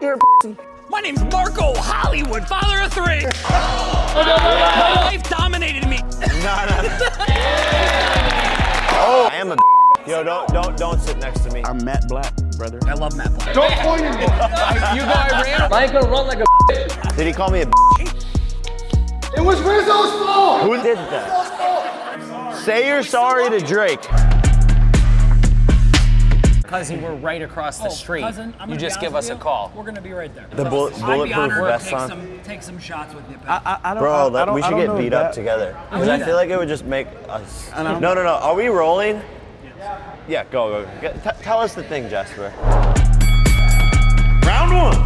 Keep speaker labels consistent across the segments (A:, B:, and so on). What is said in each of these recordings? A: there,
B: My name's Marco Hollywood, father of three. My wife dominated me.
C: I am a. Yo, don't don't don't sit next to me.
D: I'm Matt Black, brother.
B: I love Matt Black.
E: Don't point at me.
B: You go Iran.
F: I ain't gonna run like a
C: Did he call me a?
E: It was Rizzo's fault.
C: Who did that? Say you're sorry to Drake.
F: cousin. We're right across the street.
B: Cousin, I'm
F: you
B: gonna
F: just
B: be
F: give
B: honest
F: us a
B: with you,
F: call.
B: We're gonna be right there.
C: The bull-
B: I'd be
C: bulletproof
B: honored to
C: vest
B: take
C: on.
B: some, take some shots with you. pal.
D: I, I, I don't,
C: Bro,
D: I, I
C: that,
D: don't,
C: we
D: I
C: should
D: don't
C: get
D: know
C: beat
D: that.
C: up together. 'Cause I feel like it would just make us.
D: I don't-
C: No, no, no. Are we rolling? Yeah, go, go. Get- t- tell us the thing, Jasper. Round one.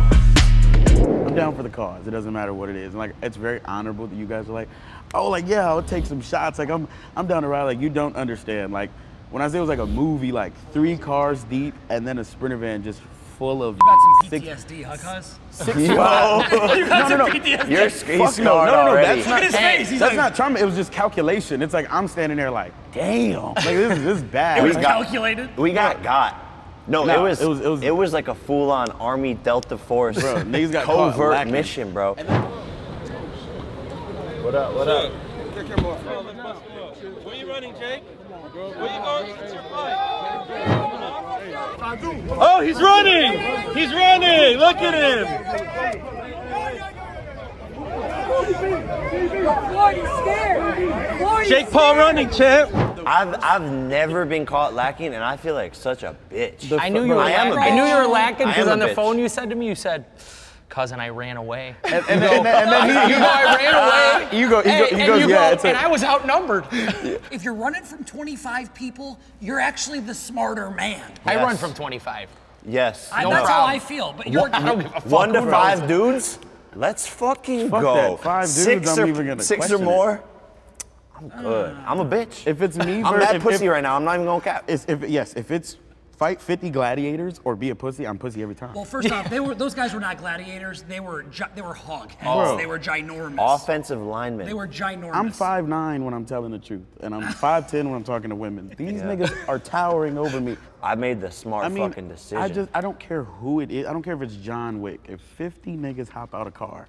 D: I'm down for the cause. It doesn't matter what it is. And like, it's very honorable that you guys are like, oh, like yeah, I'll take some shots. Like I'm, I'm down to ride. Like you don't understand. Like when I say it was like a movie, like three cars deep, and then a sprinter van just full of.
B: you got some
D: six-
B: PTSD, huh, cuz?
D: six- Yo.
B: You got
D: no, no,
B: some
D: no.
B: PTSD.
C: You're sc- he's
D: Fuck
C: scarred
D: no, no, no, no,
C: already.
D: that's not
B: Look at his face. He's
D: That's
B: like-
D: not trauma. It was just calculation. It's like I'm standing there like, damn, like this, is- this is bad.
C: We
D: Like,
C: got-
B: calculated.
C: we got got. No,
D: No,
C: it, was, it was it was like a full-on Army Delta Force
D: Bro, niggas got caught
C: covert
D: lacking.
C: mission, bro.
G: Where you running, Jake? Where you going? It's your fight. Oh, he's running! He's running! Look at him!
H: Floyd, he's scared. Floyd, he's
G: Jake Paul running, champ!
C: I've I've never been caught lacking, and I feel like such a bitch.
F: I knew you were.
C: I am a
F: lacking. I
C: bitch.
F: knew you were lacking
C: I
F: because
C: am a
F: on the
C: bitch.
F: phone you said to me, you said, "Cousin, I ran away."
D: and, and, then- and, then- and then he,
F: you go, I ran away.
D: You go- he
F: Hey,
D: go- he
F: and
D: goes,
F: you
D: yeah,
F: go,
D: it's a-
F: and I was outnumbered.
B: If you're running from 25 people, you're actually the smarter man.
F: I
C: Yes.
F: run from 25.
C: Yes.
B: I,
C: No
B: that's how
F: problem.
B: I feel. But you're
F: I don't give a fuck.
C: One to
F: who
C: five
F: knows.
C: dudes. Let's fucking
D: Fuck
C: go.
D: that. Five dudes,
C: 6
D: I'm
C: or
D: even gonna
C: six or
D: question it.
C: more. I'm good. I'm a bitch.
D: if it's me,
C: I'm
D: versus-
C: that
D: if-
C: pussy
D: if-
C: right now. I'm not even gonna cap.
D: It's, if yes, if it's fight 50 gladiators or be a pussy, I'm pussy every time.
B: well, first off, they were those guys were not gladiators. They were gi- they were hog.
C: Oh.
D: Bro.
B: They were ginormous.
C: Offensive lineman.
B: They were ginormous.
D: I'm 5'9 when I'm telling the truth, and I'm 5'10 when I'm talking to women. These niggas are towering over me.
C: I made the smart
D: I mean,
C: fucking decision.
D: I just I don't care who it is. I don't care if it's John Wick. If 50 niggas hop out a car,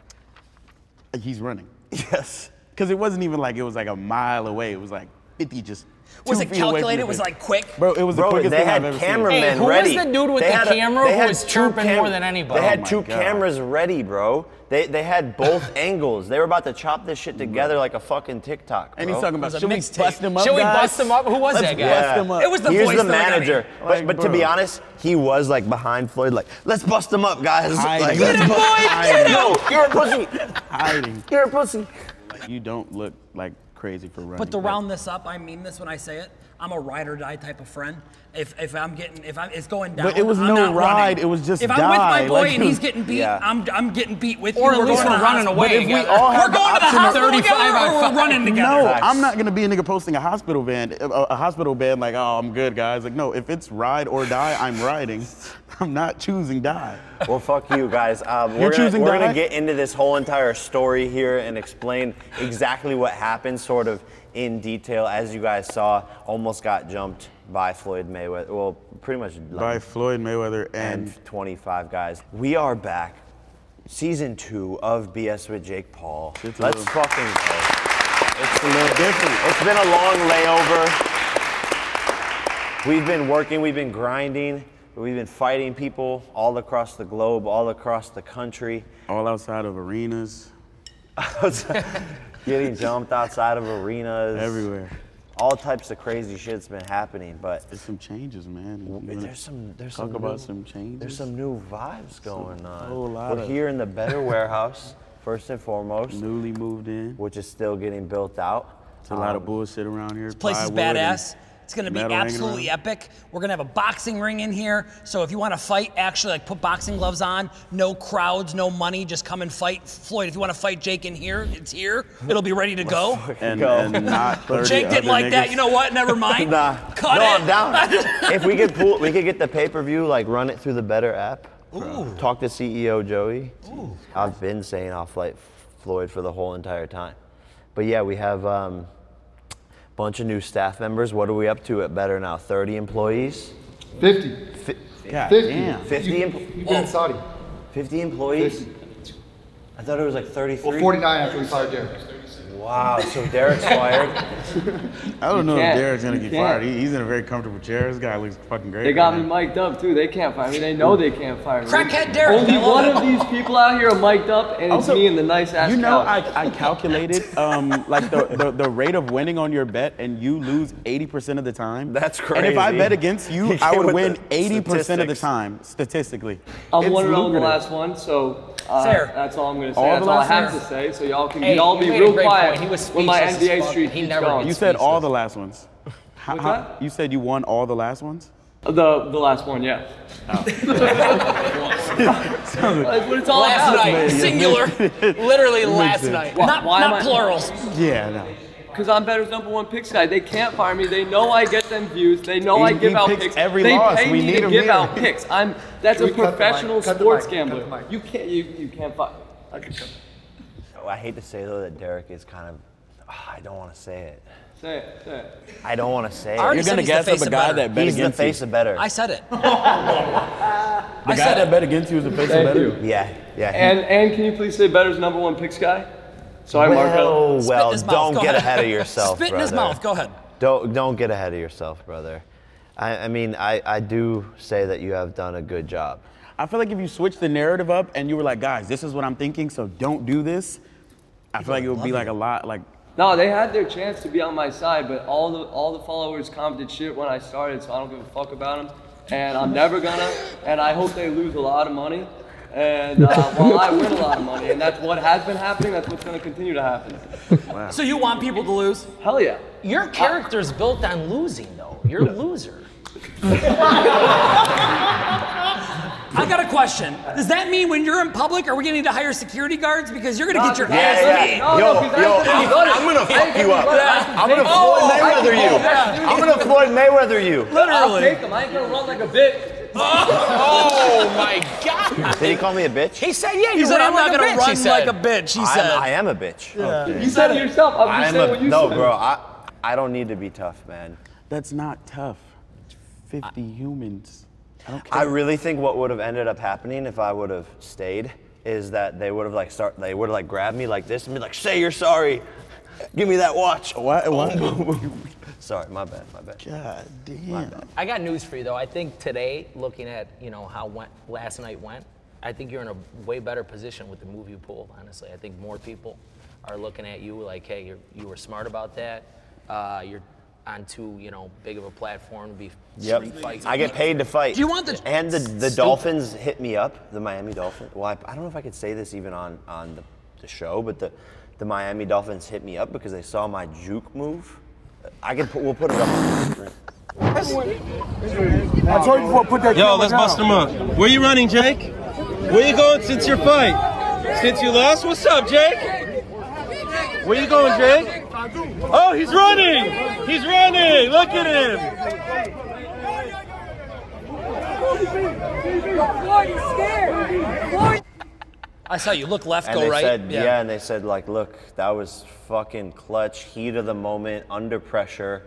D: he's running.
C: yes.
D: Cause it wasn't even like it was like a mile away. It was like 50 just.
B: Was
D: two
B: it
D: feet away from
B: calculated?
D: the
B: Was it,
D: 50.
B: like, quick?
D: Bro, it was the
C: Bro,
D: quickest
C: they
D: thing I've
C: had
D: ever
C: cameramen
D: seen.
F: Hey, who was
C: ready.
F: the dude with
C: They
F: the
C: had
F: camera
C: they
F: who
C: had
F: was
C: two
F: chirping more than anybody?
C: They had
D: Oh my
C: two
D: God.
C: cameras ready, bro. They, they had both angles. They were about to chop this shit together like a fucking TikTok. Bro.
D: And he's talking about should we
F: mixtape.
D: bust him up?
F: Should we
D: guys?
F: bust him up? Who was
D: Let's
F: that guy?
D: Bust
C: Yeah.
D: him up.
B: It was the
C: Here's
B: voice
C: the
B: though, like, I
C: manager.
D: mean,
C: but
D: like,
C: but to be
D: bro.
C: honest, he was like behind Floyd, like, let's bust him up, guys.
D: I
C: Like,
D: know.
C: "Let's
D: Get him,
C: bust-
D: boy,
C: I
D: get him."
C: know. You're a pussy.
D: hiding.
C: You're a pussy.
D: You don't look like crazy for running.
B: But to
D: like-
B: round this up, I mean this when I say it. I'm a ride or die type of friend. If if I'm getting if I'm it's going down.
D: But it was
B: I'm
D: no
B: not
D: ride,
B: running.
D: it was just
B: If I'm with my
D: die,
B: boy
D: like-
B: and he's getting beat,
C: Yeah.
B: I'm I'm getting beat with
F: Or
B: you.
F: at least
B: going to
F: we're
B: the
F: running
B: hospital.
F: away.
D: if we
F: together.
D: all
B: We're
D: have
B: going to the hospital
F: 35
B: together,
F: I
B: or we're
F: fucking-
B: running together.
D: No,
C: Facts.
D: I'm not gonna be a nigga posting a hospital van, a, a hospital van like, oh, I'm good, guys. Like, no, if it's ride or die, I'm riding. I'm not choosing die.
C: Well, fuck you guys. Um,
D: You're
C: we're gonna,
D: choosing
C: we're
D: to
C: gonna
D: hide?
C: get into this whole entire story here and explain exactly what happened, sort of in detail. As you guys saw, almost got jumped by Floyd Mayweather. Well, pretty much like
D: By Floyd Mayweather and,
C: and 25 guys. We are back, season two of BS with Jake Paul.
D: It's a
C: Let's
D: little-
C: fucking go. It's a
D: little different.
C: It's been a long layover. We've been working, we've been grinding, we've been fighting people all across the globe, all across the country.
D: all outside of arenas,
C: Getting jumped outside of arenas.
D: everywhere.
C: All types of crazy shit's been happening, but
D: There's some changes, man. You wanna
C: There's some. There's
D: talk
C: some
D: about
C: new,
D: some changes.
C: There's some new vibes going on.
D: whole lot
C: We're
D: of-
C: here in the Better Warehouse, first and foremost,
D: newly moved in.
C: which is still getting built out.
D: There's a lot of
C: Um,
D: bullshit around here.
B: Place is badass. It's gonna be absolutely
D: epic.
B: epic. We're gonna have a boxing ring in here. So if you wanna fight, actually like put boxing gloves on, no crowds, no money, just come and fight. Floyd, if you wanna fight Jake in here, it's here. It'll be ready to go.
D: And,
C: Go.
D: and not 30
B: Jake didn't
D: other
B: like that.
D: niggas.
B: You know what? Never mind.
C: Nah.
B: Cut
C: no,
B: it.
C: I'm down. if we could pull, we could get the pay-per-view. Like run it through the Better app. Ooh. Talk to CEO Joey. Ooh. I've been saying I'll fight Floyd for the whole entire time, but yeah, we have. Um, Bunch of new staff members. What are we up to at Better now? 30 employees.
E: 50.
C: Fi- Oh,
D: God
E: 50.
D: damn.
E: You,
C: 50
E: Oh, you've been in Saudi.
C: 50 employees? I thought it was like 33.
E: Well, 49 after we fired Derek.
C: Wow, so Derek's fired.
D: I don't know if
I: can't.
D: Derek's gonna
I: You
D: get
I: can't.
D: fired. He, he's in a very comfortable chair. This guy looks fucking great.
I: They got
D: right
I: me
D: now.
I: mic'd up too. They can't fire me. They know they can't fire me.
B: Crackhead Derek,
I: Only
B: I love
I: one
B: it.
I: of these people out here are mic'd up, and it's
D: Also,
I: me and the nice ass.
D: You know,
I: couch.
D: I, I calculated um, like the, the, the rate of winning on your bet, and you lose 80% of the time.
C: That's
D: And if I
C: crazy.
D: bet against you,
C: You
D: I
C: came
D: would
C: with
D: win 80%
C: the
D: of the
C: statistics.
D: time, statistically.
I: I'm
D: It's
I: one and zero in the
D: lucrative.
I: last one, so uh,
B: Fair.
I: that's all I'm gonna say.
D: All the
I: that's all I
D: last
I: have
D: ones?
I: to say. So y'all can
F: Hey,
I: y'all
F: you
I: be
F: made a
I: real
F: great
I: quiet
F: point. He was
I: when my
F: speechless as
I: NBA
F: fuck.
I: streak
F: He
I: keeps
F: never
I: going.
D: You
F: gets-
D: said all the last ones. How,
I: What's
D: how,
I: that?
D: you said you won all the last ones?
I: the the last one, yeah. That's what it's all
F: Last
I: about.
F: night, singular. Literally last night.
I: Why-
B: Not,
I: why am
B: not
I: I-
B: plurals.
D: Yeah, no.
I: Because I'm better's number one pick guy. They can't fire me. They know I get them views. They know I
D: He-
I: give
D: he
I: out
D: picks
I: picks.
D: every
I: they
D: loss.
I: pay
D: We
I: me
D: need
I: to
D: him
I: give
D: here.
I: out picks. I'm that's
E: Can
I: a
E: we cut the mic?
I: professional
E: Cut the
I: sports
E: mic. Cut the
I: gambler.
E: mic.
I: You can't you, you can't fire.
E: I could come.
C: Oh, I hate to say though that Derek is kind of. ah, I don't want to say it.
I: Say it. Say it.
C: I don't want to say
B: I already
C: it.
B: said he's the face of better.
D: bet
C: He's the face
D: you.
C: of better.
B: I said it.
D: The
B: I
D: guy
B: said
D: that
B: it.
D: bet against you is the face of
I: Thank
D: better.
I: you.
C: yeah, yeah. he-
I: And and can you please say better's number one picks guy? So I mark up.
C: well,
B: Spit in
C: well,
B: his mouth.
C: don't
B: Go
C: get
B: ahead.
C: ahead of yourself,
B: Spit in his
C: brother.
B: mouth. Go ahead.
C: Don't don't get ahead of yourself, brother. I, I mean, I, I do say that you have done a good job.
D: I feel like if you switch the narrative up and you were like, guys, this is what I'm thinking, so don't do this, I feel like it would be like a lot, like,
I: No, they had their chance to be on my side, but all the all the followers commented shit when I started, so I don't give a fuck about them, and I'm never gonna. And I hope they lose a lot of money, and uh, while I win a lot of money, and that's what has been happening. That's what's gonna continue to happen.
B: So you want people to lose?
I: Hell yeah.
F: Your character's built on losing, though. You're a loser.
B: I got a question. Does that mean when you're in public, are we gonna need to hire security guards because you're gonna get your
I: Yeah,
B: ass
I: yeah.
B: beat?
I: No, no, 'cause I said I'm gonna-
C: I'm gonna
I: I
C: fuck
I: said
C: you
I: I'm
C: up.
I: gonna-
C: I'm gonna
I: Oh,
C: Floyd
I: I can
C: Mayweather
I: do
C: you.
I: that.
C: I'm gonna Floyd Mayweather you.
I: I'll
B: Literally.
I: take them. I ain't gonna run like a bitch.
F: Oh my God!
C: Did he call me a bitch?
F: He said, "Yeah,
B: He
F: you
B: said,
F: ran
B: I'm not
F: like a
B: gonna
F: bitch," he
B: run
F: said.
B: like a bitch. He
C: I'm-
B: said.
C: I am a bitch.
I: You said it yourself. I'm
C: I
I: just
C: am
I: saying what
C: a
I: you
C: no,
I: said.
C: bro. I I don't need to be tough, man.
D: that's not tough. 50 humans. I don't care.
C: I really think what would have ended up happening if I would have stayed is that they would have like start they would have like grabbed me like this and be like, say you're sorry. Give me that watch.
D: Why-
C: Oh.
D: why-
C: Sorry, my bad, my bad.
D: God damn.
F: I got news for you though. I think today, looking at you know how went last night went, I think you're in a way better position with the move you pulled. Honestly, I think more people are looking at you like, hey, you're, you were smart about that. Uh, you're on too you know big of a platform to be street
C: Yep.
F: fights.
C: I get paid to fight.
B: Do you want the-
C: and the, the Dolphins hit me up, the Miami Dolphins. Well, I, I don't know if I could say this even on on the, the show, but the the Miami Dolphins hit me up because they saw my juke move. I can put, we'll put it up. on the screen.
D: I told you before, put that
G: Yo, let's bust them up. Where you running, Jake? Where you going since your fight? Since you lost? What's up, Jake? Where you going, Jake? Oh, he's running! He's running! Look at him!
H: Lord, he's scared. Lord,
B: I saw you look left,
C: And
B: go
C: they
B: right.
C: said, yeah. and they said like, look, that was fucking clutch, heat of the moment, under pressure,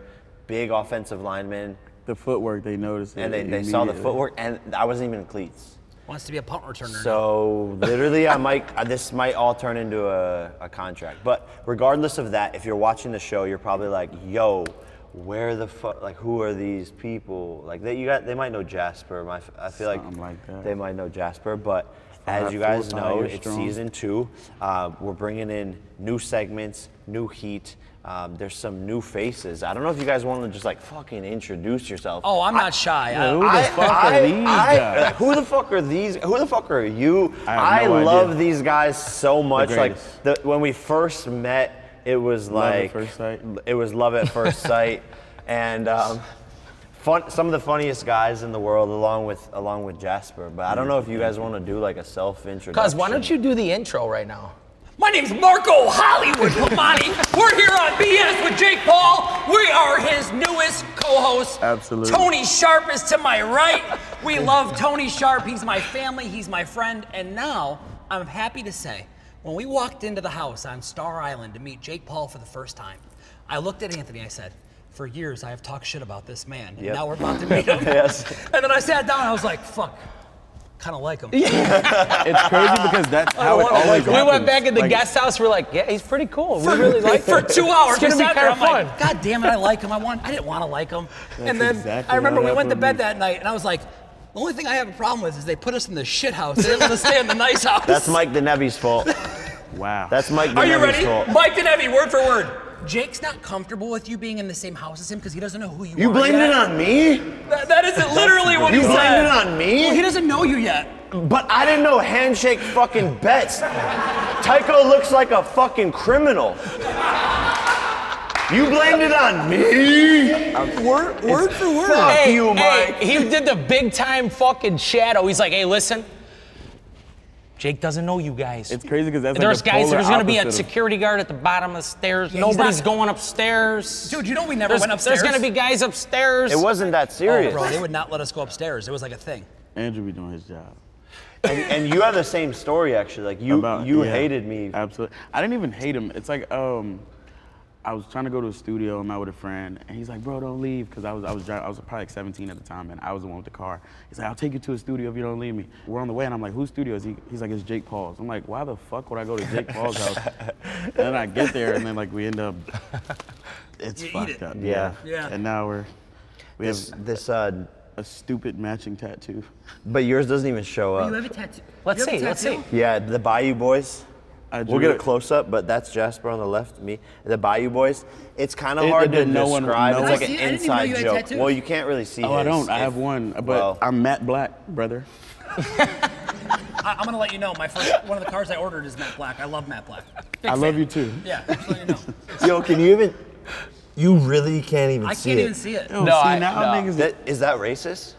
C: big offensive lineman,
D: The footwork, they noticed it.
C: and they, they saw the
D: immediately.
C: footwork, and I wasn't even in cleats.
B: Wants to be a punt returner.
C: So literally, I might. uh, This might all turn into a, a contract. But regardless of that, if you're watching the show, you're probably like, "Yo, where the fuck? Like, who are these people? Like, they you got. They might know Jasper. My, f- I feel
D: Something like that.
C: they might know Jasper. But
D: Five,
C: as you guys
D: four, five,
C: know,
D: you're
C: it's
D: strong.
C: season two. Uh, we're bringing in new segments, new heat. Um, there's some new faces. I don't know if you guys want to just like fucking introduce yourself.
B: oh, I'm not shy. I-
D: Who the fuck are these guys?
C: like, who the fuck are these? Who the fuck are you?
D: I have no
C: love
D: idea.
C: these guys so much. like
D: greatest.
C: the, when we first met, it was
D: Love at
C: like
D: first sight.
C: It was love at first sight, and um, fun. Some of the funniest guys in the world, along with along with Jasper. But I don't know if you guys want to do like a self introduction.
F: Cuz, why don't you do the intro right now?
B: My name's Marco Hollywood Lamani. We're here on BS with Jake Paul. We are his newest co-host.
D: Absolutely.
B: Tony Sharp is to my right. We love Tony Sharp. He's my family. He's my friend. And now I'm happy to say, when we walked into the house on Star Island to meet Jake Paul for the first time, I looked at Anthony. I said. For years, I have talked shit about this man, and
C: Yep.
B: now we're about to meet him.
C: Yes.
B: And then I sat down, and I was like, "Fuck, kind of like him.
D: It's crazy because that's how it
F: Well,
D: always
F: we
D: happens.
F: went back at the
D: Like,
F: guest house. We're like, yeah, he's pretty cool. We really like
B: for
F: him.
B: two hours.
F: It's gonna
B: we sat
F: be
B: there,
F: kind
B: I'm
F: of fun.
B: like, God damn it, I like him. I want. I didn't want to like him. and then
D: exactly
B: I remember
D: what
B: we went to
D: happened to
B: bed
D: me.
B: that night, and I was like, the only thing I have a problem with is they put us in the shit house. They didn't let us stay in the nice house.
C: That's Mike the Nevy's fault.
D: Wow.
C: That's Mike the
B: Are you
C: Nevy's
B: ready?
C: fault.
B: Mike and Evie, word for word. Jake's not comfortable with you being in the same house as him because he doesn't know who you,
C: You
B: are.
C: blamed
B: yet.
C: it on me?
B: That, that isn't literally what
C: You
B: he
C: blamed
B: said.
C: it on me?
B: Well, he doesn't know you yet.
C: But I didn't know handshake fucking bets. Tycho looks like a fucking criminal. You blamed it on me.
B: Word, word for word.
C: Fuck
F: Hey,
C: you,
F: hey,
C: Mike.
F: he did the big time fucking shadow. He's like, hey, listen, Jake doesn't know you guys.
D: It's crazy because that's like
F: there's
D: the
F: guys.
D: polar
F: There's gonna be
D: opposite
F: a
D: of-
F: security guard at the bottom of the stairs.
B: Yeah, he's
F: Nobody's
B: not-
F: going upstairs.
B: Dude, you know we never
F: there's,
B: went upstairs.
F: There's gonna be guys upstairs.
C: It wasn't that
B: Oh,
C: serious.
B: bro, they would not let us go upstairs. It was like a thing.
D: Andrew be doing his job.
C: and, and you have the same story actually. Like you,
D: About-
C: you
D: yeah, Uh,
C: hated me.
D: Absolutely. I didn't even hate him. It's like um, I was trying to go to a studio. I'm out with a friend, and he's like, "Bro, don't leave," because I was I was driving. I was probably like 17 at the time, and I was the one with the car. He's like, "I'll take you to a studio if you don't leave me." We're on the way, and I'm like, "Whose studio is he?" He's like, "It's Jake Paul's." I'm like, "Why the fuck would I go to Jake Paul's house?" and then I get there, and then like we end up. It's
B: You eat
D: fucked
B: it.
D: up.
C: Yeah.
B: Yeah.
D: And now we're we
C: This,
D: have
C: this, uh,
D: a stupid matching tattoo.
C: but yours doesn't even show
B: You
C: up.
B: have a tattoo.
F: Let's
B: you have a
F: see, let's
B: tattoo?
C: Yeah, the Bayou Boys.
D: I
C: We'll
D: drew
C: get a
D: it-
C: close up, but that's Jasper on the left, me. The Bayou Boys. It's kind of
D: It-
C: hard
D: it
C: to
D: did- no one-
C: describe.
D: no
C: it's
D: one-
C: like
D: I
B: see- I
C: an
B: didn't even know
C: inside
B: you had
C: joke.
B: tattoos.
C: Well, you can't really see.
D: Oh, I
C: his.
D: don't. I
C: If-
D: have one, but
C: well,
D: I'm Matt Black, brother.
B: I, I'm gonna let you know. My first one of the cars I ordered is matte black. I love matte black.
D: I love you too.
B: Yeah, just let you know.
C: Yo, can you even? You really can't even
B: I
C: see
B: can't
C: it.
B: even see it.
D: Yo,
F: No,
D: Oh, see,
F: I-
D: now
F: no.
D: niggas-
C: That, is that racist?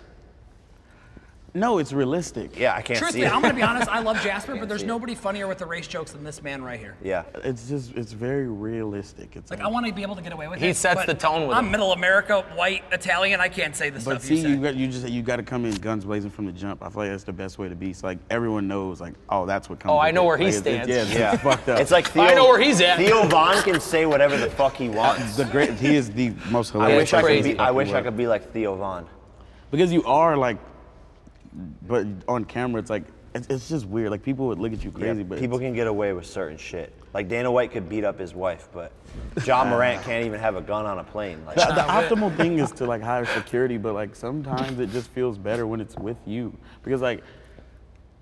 D: no, it's realistic.
C: Yeah, I can't see
B: Truthfully,
C: it.
B: I'm gonna be honest. I love Jasper, but there's
C: see it.
B: nobody funnier with the race jokes than this man right here.
C: yeah.
D: It's just, it's very realistic. It's
B: Like I want to be able to get away with it.
F: He sets
B: but
F: the tone with
B: I'm
F: it.
B: middle America, white, Italian. I can't say the
D: But
B: stuff
D: see,
B: you say.
D: you, got, you just you got to come in guns blazing from the jump. I feel like that's the best way to be. So like everyone knows, like oh, that's what comes.
F: Oh, I
D: with
F: know
D: it.
F: where he
D: Like, it's- it's-
F: stands.
D: yeah, it's- it's
C: Yeah.
D: fucked up.
C: It's like Theo.
F: I know where he's at.
C: Theo Vaughn can say whatever the fuck he wants.
D: the great. He is the most
C: I
D: hilarious.
C: wish I could
F: crazy.
C: be. I wish I could be like Theo Vaughn.
D: because you are like, but on camera it's like it's, it's just weird. Like people would look at you
C: Yeah,
D: crazy, but
C: people
D: it's-
C: can get away with certain shit. Like Dana White could beat up his wife, but John Morant can't even have a gun on a plane. Like,
D: The, the optimal thing is to like hire security, but like sometimes it just feels better when it's with you because like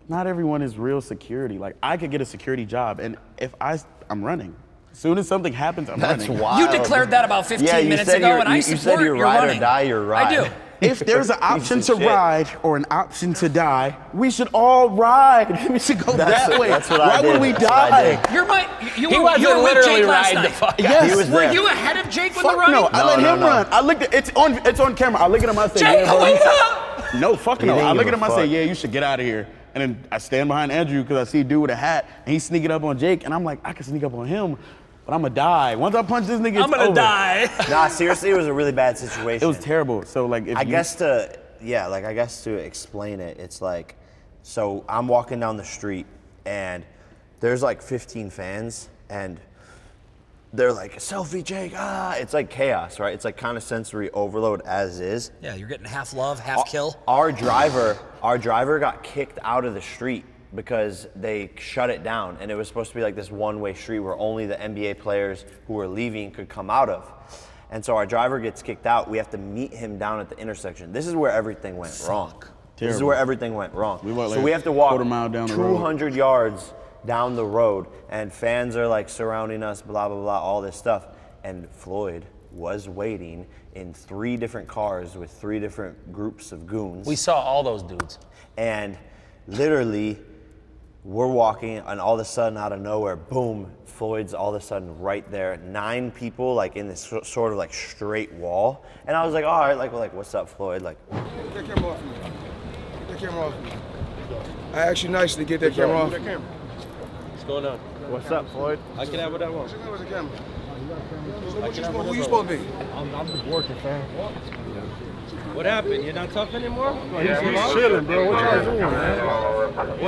D: not everyone is real security. Like I could get a security job, and if I s- I'm running, soon as something happens, I'm running.
B: You declared that about 15
C: yeah, you
B: minutes
C: said
B: ago,
C: you're-
B: and I
C: you, you
B: support
C: said you're
B: your
C: ride
B: running.
C: or die. You're
B: I
C: ride.
B: do.
D: If there's an
C: Piece
D: option
C: of
D: to
C: shit.
D: ride or an option to die, we should all ride. We should go
C: That's-
D: that way.
C: that's what I
D: Why
C: did.
D: would we
C: That's what I
D: die?
C: did.
B: You're my. You
F: He
B: were,
F: wasn't
B: you were with
F: literally
B: Jake last
F: riding the
B: night.
F: fuck.
D: Yes.
C: He was
B: Were
C: there.
B: you ahead of Jake when the
D: Fuck
B: running?
D: no, I
C: No,
D: let
C: no,
D: him
C: no.
D: run. I looked at it's on it's on camera. I look at him, I say,
B: Jake,
D: yeah, bro,
B: wake
D: you-
B: up!
D: No, fuck
C: He
D: no.
C: didn't
D: I look
C: give
D: at him,
C: a
D: I say,
C: fuck.
D: yeah, you should get out of here. And then I stand behind Andrew because I see a dude with a hat and he's sneaking up on Jake. And I'm like, I can sneak up on him, but I'm gonna die. Once I punch this nigga, it's
B: I'm gonna
D: over.
B: die.
C: Nah, seriously, it was a really bad situation.
D: It was terrible. So like if
C: I
D: you-
C: guess to yeah, like I guess to explain it, it's like so I'm walking down the street and there's like 15 fans and they're like selfie Jake ah it's like chaos right it's like kind of sensory overload as is
B: Yeah, you're getting half love, half kill.
C: our driver, our driver got kicked out of the street because they shut it down, and it was supposed to be like this one-way street where only the NBA players who were leaving could come out of. And so our driver gets kicked out. We have to meet him down at the intersection. This is where everything went wrong. This is
D: Terrible.
C: where everything went wrong.
D: We walked
C: so
D: like
C: we have to walk
D: quarter mile down the road.
C: 200 yards down the road, and fans are like surrounding us, blah blah blah, all this stuff. And Floyd was waiting in three different cars with three different groups of goons
F: We saw all those dudes.
C: and literally we're walking and all of a sudden out of nowhere boom floyd's all of a sudden right there nine people like in this so- sort of like straight wall and i was like all right like we're like what's up floyd like
J: Get that camera off me. Get that camera off me. I asked you nicely to get that camera off. me.
G: What's going on?
D: What's up, Floyd?
G: I can have what I want.
J: Check out with the camera. So what you supposed, who you supposed to be?
G: What happened? You're not tough anymore? He's, chilling, bro. What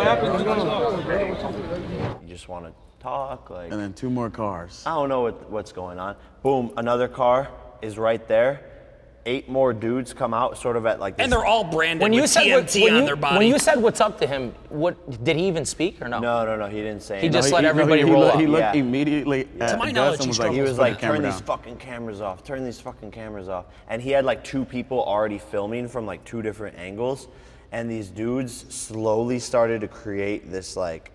G: happened?
C: you just want to talk like
D: And then two more cars.
C: I don't know what, what's going on. Boom, another car is right there. eight more dudes come out, sort of at like. This,
B: And they're all branded
F: When you
B: with
F: said
B: TNT
F: what, when
B: on
F: you,
B: their body.
F: when you said what's up to him, what did he even speak or no?
C: No, no, no. He didn't say.
F: He
C: anything.
F: just
D: He-
F: let
D: he-
F: everybody
D: he,
F: roll
D: looked-
F: up.
D: He looked
C: Yeah.
D: immediately at
B: my
D: Gus
B: knowledge,
D: and
B: he
D: was like,
C: He was
D: "Put
C: like,
D: the camera
C: turn
D: down."
C: these fucking cameras off, turn these fucking cameras off. And he had like two people already filming from like two different angles. And these dudes slowly started to create this like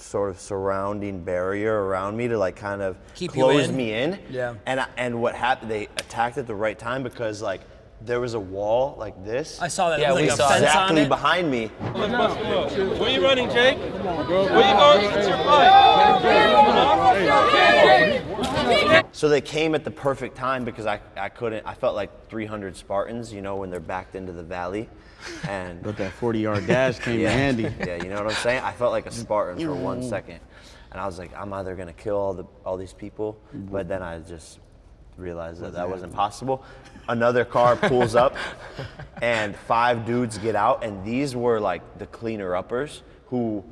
C: sort of surrounding barrier around me to like kind of
B: Keep you
C: close
B: in?
C: me in.
B: Yeah.
C: And I, and what happened? They attacked at the right time because like there was a wall like this.
B: I saw that.
F: Yeah,
B: it was
F: we
B: like a
F: saw
B: fence
F: it.
B: on
C: exactly
B: it.
C: behind me.
G: Where you running, Jake? Where you going since your fight?
C: So they came at the perfect time because I, I couldn't I felt like 300 Spartans, you know, when they're backed into the valley, and
D: But that 40 yard dash came in
C: yeah,
D: handy.
C: Yeah, you know what I'm saying? I felt like a Spartan for one
B: Mm.
C: second. And I was like, I'm either gonna kill all the all these people, but then I just realized that that wasn't possible. Another car pulls up and five dudes get out, and these were like the cleaner uppers who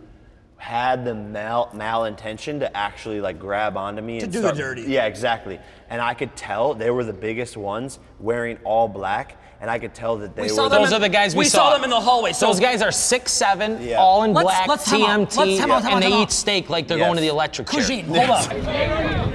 C: had the mal malintention to actually like grab onto me and
B: do the
C: start,
B: dirty.
C: Yeah, exactly. And I could tell they were the biggest ones wearing all black, and I could tell that they
B: We
C: were
B: saw
C: the-
B: them
F: Those
B: in-
F: are the guys
B: we
F: we,
B: saw them in the hallway, so-
F: those guys are six seven,
C: Yeah.
F: all in
B: Let's-
F: black,
B: let's time out.
F: TMT,
B: Let's time out, time out,
F: and they
B: time out.
F: eat steak like they're
C: Yes.
F: going to the electric chair.
B: Kujin, hold up.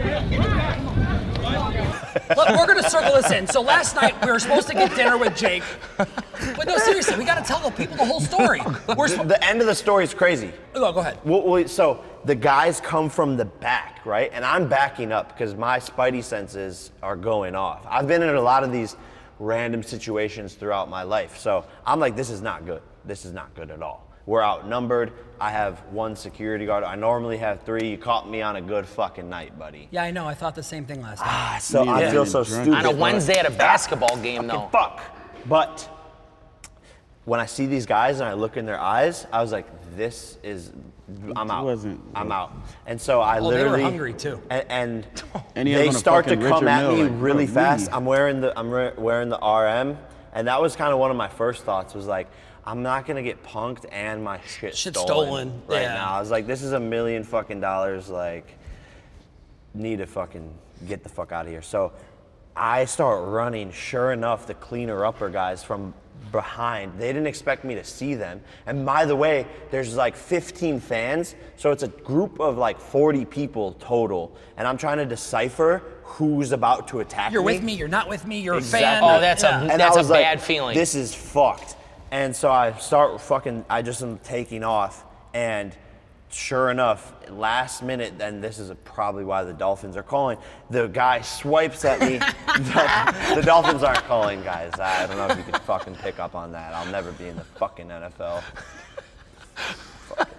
B: Look, we're gonna circle this in. So last night we were supposed to get dinner with Jake, but no, seriously, we gotta tell the people the whole story. We're
C: the,
B: spo-
C: the end of the story is crazy.
B: no, go ahead.
C: Well, well, so the guys come from the back, right? And I'm backing up because my spidey senses are going off. I've been in a lot of these random situations throughout my life. So I'm like, this is not good. This is not good at all. We're outnumbered. I have one security guard. I normally have three. You caught me on a good fucking night, buddy.
B: Yeah, I know. I thought the same thing last night.
C: So I
D: Yeah.
C: feel so
D: Drunk.
C: stupid.
F: On a Wednesday at a basketball game, though.
C: Fuck. But when I see these guys and I look in their eyes, I was like, this is, I'm out.
D: wasn't-
C: I'm out. And so I
B: Oh, they were
C: literally.
B: hungry, too.
C: And, and
D: And he had
C: they
D: on a
C: start to
D: fucking
C: come
D: Richard
C: at
D: Mille,
C: me
D: like,
C: really
D: bro,
C: fast.
D: leave.
C: I'm wearing the I'm re- wearing the RM, and that was kind of one of my first thoughts. Was like, I'm not gonna get punked and my shit,
B: Shit stolen,
C: right
B: yeah.
C: now. I was like, this is a million fucking dollars. Like, need to fucking get the fuck out of here. So I start running. Sure enough, the cleaner upper guys from behind, they didn't expect me to see them. And by the way, there's like 15 fans. So it's a group of like 40 people total. And I'm trying to decipher who's about to attack
B: You're
C: me.
B: with me. You're not with me. You're a fan.
F: Exactly. Oh, that's a-
B: Yeah.
C: And
F: That's
C: I was
F: a
C: like,
F: bad feeling.
C: This is fucked. And so I start fucking. I just am taking off, and sure enough, last minute. And this is probably why the Dolphins are calling. The guy swipes at me. the, the Dolphins aren't calling, guys. I don't know if you can fucking pick up on that. I'll never be in the fucking NFL.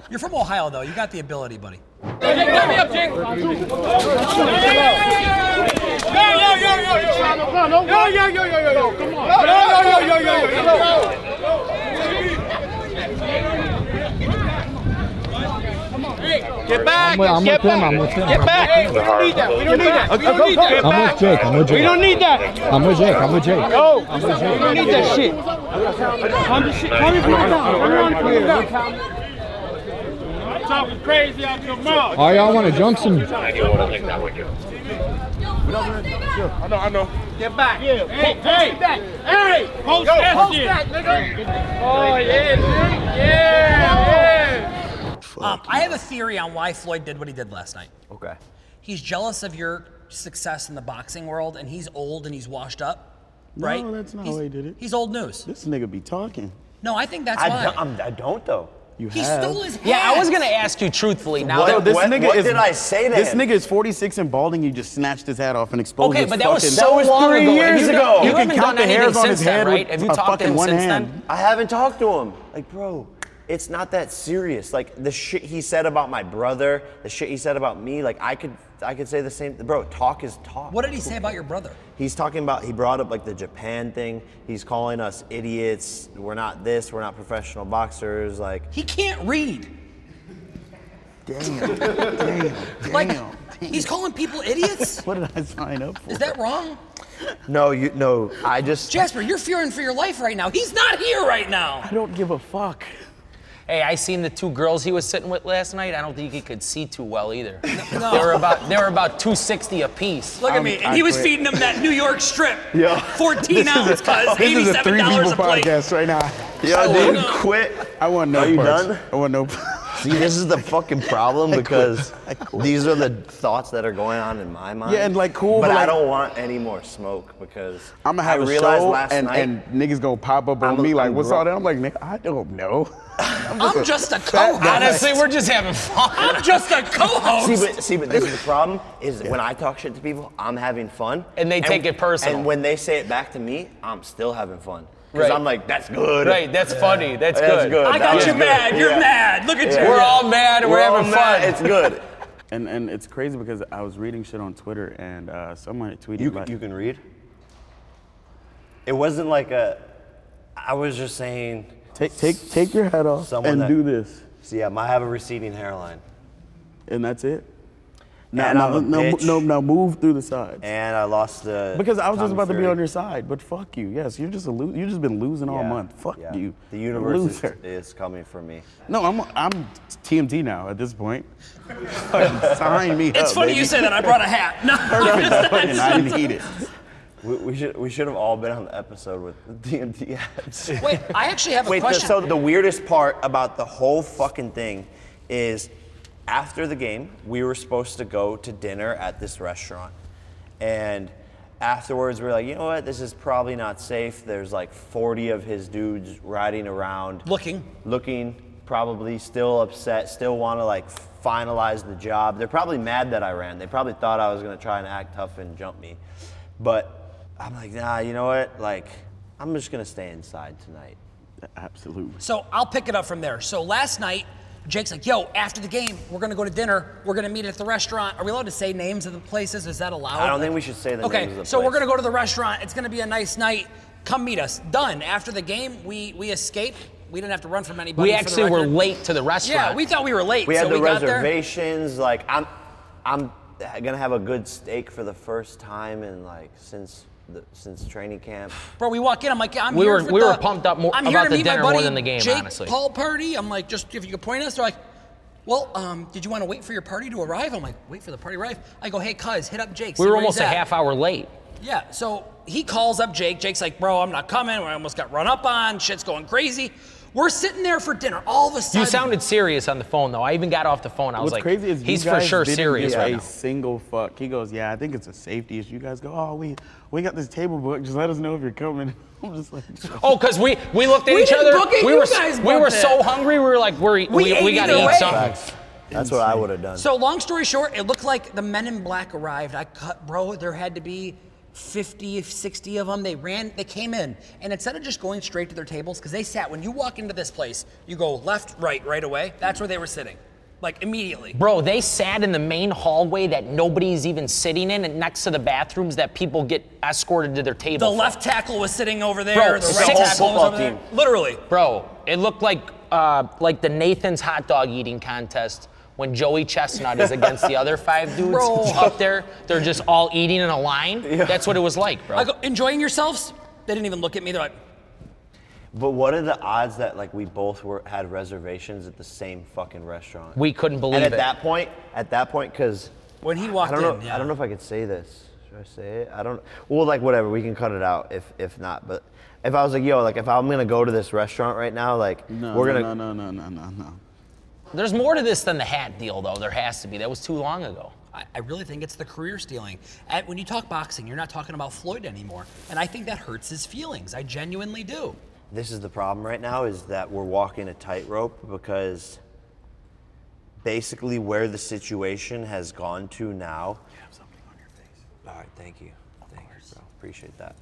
B: You're from Ohio, though. You got the ability, buddy.
G: Oh, Get back! Get back!
K: I'm with him.
G: Get back! We don't need that. We don't need that. We don't need that. Get
K: I'm with Jake.
G: back!
K: I'm with Jake. I'm with Jake. I'm with
G: We don't need that.
K: Jake.
G: No, we don't need that shit. Come to shit. Come here, come here. Talking crazy out your mouth.
K: All y'all want to jump some?
G: Get back. Yeah. Hey, hey, hey! Post that shit. Oh yeah, nigga. yeah, yeah.
B: Um, I have a theory on why Floyd did what he did last night.
C: Okay.
B: He's jealous of your success in the boxing world, and he's old and he's washed up, right?
D: No, that's not
B: he's,
D: how he did it.
B: He's old news.
D: This nigga be talking.
B: No, I think that's
C: I
B: why.
C: don't, I'm, I don't though.
D: You
B: he
D: have.
B: stole his.
F: Yeah, I was
B: hat.
F: gonna ask you truthfully. Now
C: What-
F: that
D: Yo, this
C: what-
D: nigga
C: what
D: is-
C: did I say to
D: This
C: him?
D: nigga is 46 and balding. You just snatched his hat off and exposed
F: Okay,
D: his
F: but that was
D: fucking-
F: so
C: That was
F: long
C: three
F: ago. and
C: years
F: you
C: ago.
F: don't- You,
D: You
F: haven't
D: can count
F: done
D: the hairs
F: anything
D: on his
F: since
D: head with
F: then, right? Have you
D: a
F: talked to
D: fucking
F: him
D: one
F: since
D: hand.
F: then?
C: I haven't talked to him. Like, bro, it's not that serious. Like the shit he said about my brother, the shit he said about me, like I could I could say the same bro, talk is talk.
B: What did he say about your brother?
C: He's talking about he brought up like the Japan thing. He's calling us idiots. We're not this, we're not professional boxers, like
B: He can't read.
D: Damn, damn,
B: Like
D: damn.
B: he's calling people idiots.
D: What did I sign up for?
B: Is that wrong,
C: No, you no, I just
B: Jasper? You're fearing for your life right now. He's not here right now.
D: I don't give a fuck.
F: Hey, I seen the two girls he was sitting with last night. I don't think he could see too well either. They were about they were about 260 apiece.
B: Look at me. And he was feeding them that New York strip.
D: Yo.
B: 14 ounce,
F: Uh,
B: cuz.
D: This is a three people
B: $87 a plate.
D: podcast right now.
C: Yo,
B: dude,
C: dude, quit.
D: I want no
C: Are you
D: parts.
C: done?
D: I want no.
C: See, this is the fucking problem because these are the thoughts that are going on in my mind.
D: Yeah, and, like, cool,
C: but,
D: but,
C: I
D: like-
C: don't want any more smoke because
D: I'm gonna have
C: I
D: a
C: realized
D: show,
C: last
D: and,
C: night.
D: and niggas gonna pop up on
C: I'm-
D: me like,
C: I'm
D: "What's
C: broke."
D: all that?" I'm like, "Nigga, I don't know."
B: I'm just a co host.
F: Honestly, we're just having fun.
B: I'm just a co
C: See,
B: host.
C: but see, but this is the problem. Is when I talk shit to people, I'm having fun,
F: And they take it personal.
C: And when they say it back to me, I'm still having fun because
F: Right.
C: I'm like, that's good.
F: Right, that's funny. That's good.
C: That's good.
B: I
C: That
B: got
C: was
B: you
C: good.
B: mad. You're
C: Yeah.
B: mad. Look at
C: Yeah.
B: you.
F: We're all mad and we're,
C: all
F: having
C: mad.
F: fun.
C: It's good.
D: and and it's crazy because I was reading shit on Twitter and uh, someone had tweeted
C: You,
D: like,
C: you can read. It wasn't like a. I was just saying.
D: "Take take take your hat off
C: Someone
D: and
C: that-
D: do this,"
C: See, I might have a receding hairline,
D: and that's it. Now,
C: And
D: now,
C: I'm a
D: now,
C: bitch.
D: no, now move through the sides.
C: and I lost the.
D: because I was just
C: Tommy
D: about to be
C: Fury.
D: on your side, but fuck you. Yes, you're just a lo- you just been losing all
C: Yeah,
D: month. Fuck
C: yeah.
D: you.
C: The universe is,
D: Loser.
C: is coming for me.
D: No, I'm I'm TMT now at this point. Fucking sign me
B: It's
D: up,
B: funny
D: Oh, baby.
B: you say that. I brought a hat. No, I'm
D: Perfect.
B: just-
D: Fucking, I need it.
C: We, we should we should have all been on the episode with the DMT ads.
B: Wait, I actually have a
C: Wait, the,
B: question.
C: so the weirdest part about the whole fucking thing is after the game, we were supposed to go to dinner at this restaurant. And afterwards, we were like, you know what? This is probably not safe. There's like 40 of his dudes riding around.
B: Looking.
C: Looking, probably still upset, still want to like finalize the job. They're probably mad that I ran. They probably thought I was going to try and act tough and jump me. But I'm like, nah, you know what? Like, I'm just going to stay inside tonight.
D: Absolutely.
B: So I'll pick it up from there. So last night, Jake's like, yo, after the game, we're gonna go to dinner. We're gonna meet at the restaurant. Are we allowed to say names of the places? Is that allowed?
C: I don't think we should say the
B: okay,
C: names of the
B: so we're
C: place.
B: gonna go to the restaurant. It's gonna be a nice night. Come meet us. Done. After the game, we we escaped. We didn't have to run from anybody.
F: we
B: for the
F: actually were
B: record.
F: late to the restaurant.
B: Yeah, we thought we were late.
C: We had
B: so
C: the
B: we got there.
C: reservations. Like I'm, I'm gonna have a good steak for the first time in like since the since training camp.
B: Bro, we walk in. I'm like, yeah, I'm
F: We
B: here
F: were-
B: for
F: we
B: the-
F: were pumped up more
B: I'm here
F: about
B: to
F: the
B: meet my
F: dinner more
B: buddy
F: than the game,
B: Jake
F: honestly.
B: Paul party. I'm like, just if you could point us. They're like, well, um, did you want to wait for your party to arrive? I'm like, wait for the party to arrive. I go, hey, cuz, hit up Jake. see
F: We were
B: where he's
F: almost a
B: at."
F: half hour late.
B: Yeah. So he calls up Jake. Jake's like, bro, I'm not coming. I almost got run up on. Shit's going crazy. We're sitting there for dinner. All of a sudden,
F: You sounded serious on the phone though. I even got off the phone. I was
D: What's
F: like,
D: crazy is you
F: he's for
D: guys
F: sure
D: didn't
F: serious
D: give
F: right
D: a
F: now.
D: single fuck. He goes, yeah, I think it's a safety issue. You guys go, oh, we we got this table booked. Just let us know if you're coming. I'm just like,
F: Oh, cause we we looked at
B: We
F: each
B: didn't
F: other.
B: book it,
F: we
B: you
F: were s-
B: guys
F: we were
B: booked
F: so
B: it.
F: hungry. We were like, we're, we we,
B: ate
F: gotta
B: either
F: eat
B: way.
F: something.
C: That's what I would have done.
B: So long story short, it looked like the men in black arrived. I cut, bro, there had to be 50, 60 of them. They ran, they came in. And instead of just going straight to their tables, because they sat, when you walk into this place, you go left, right, right away. That's where they were sitting. Like immediately.
F: Bro, they sat in the main hallway that nobody's even sitting in, and next to the bathrooms that people get escorted to their
B: The
F: table. from.
B: left tackle was sitting over there.
F: Bro,
B: the
F: it's
B: right
F: the whole
B: tackle was
C: football
B: over there.
C: team.
B: Literally.
F: Bro, it looked like uh, like the Nathan's hot dog eating contest when Joey Chestnut is against the other five dudes
B: Bro.
F: up there. They're just all eating in a line. That's what it was like, bro.
B: I go, enjoying yourselves? They didn't even look at me. They're like,
C: but what are the odds that like we both were had reservations at the same fucking restaurant?
F: we couldn't believe
C: and at
F: it.
C: that point, at that point, because
B: when he walked
C: I don't
B: in,
C: know.
B: yeah.
C: I don't know if I could say this. Should I say it? I don't. Well, like whatever. We can cut it out if if not. But if I was like, yo, like if I'm gonna go to this restaurant right now, like
D: no,
C: we're
D: no,
C: gonna.
D: no, no, no, no, no.
F: There's more to this than the hat deal, though. There has to be. That was too long ago.
B: I, I really think it's the career stealing. And when you talk boxing, you're not talking about Floyd anymore. And I think that hurts his feelings. I genuinely do.
C: this is the problem right now is that we're walking a tightrope because basically where the situation has gone to now. You have something on your face. All right, thank you. Thank you, bro. Appreciate that.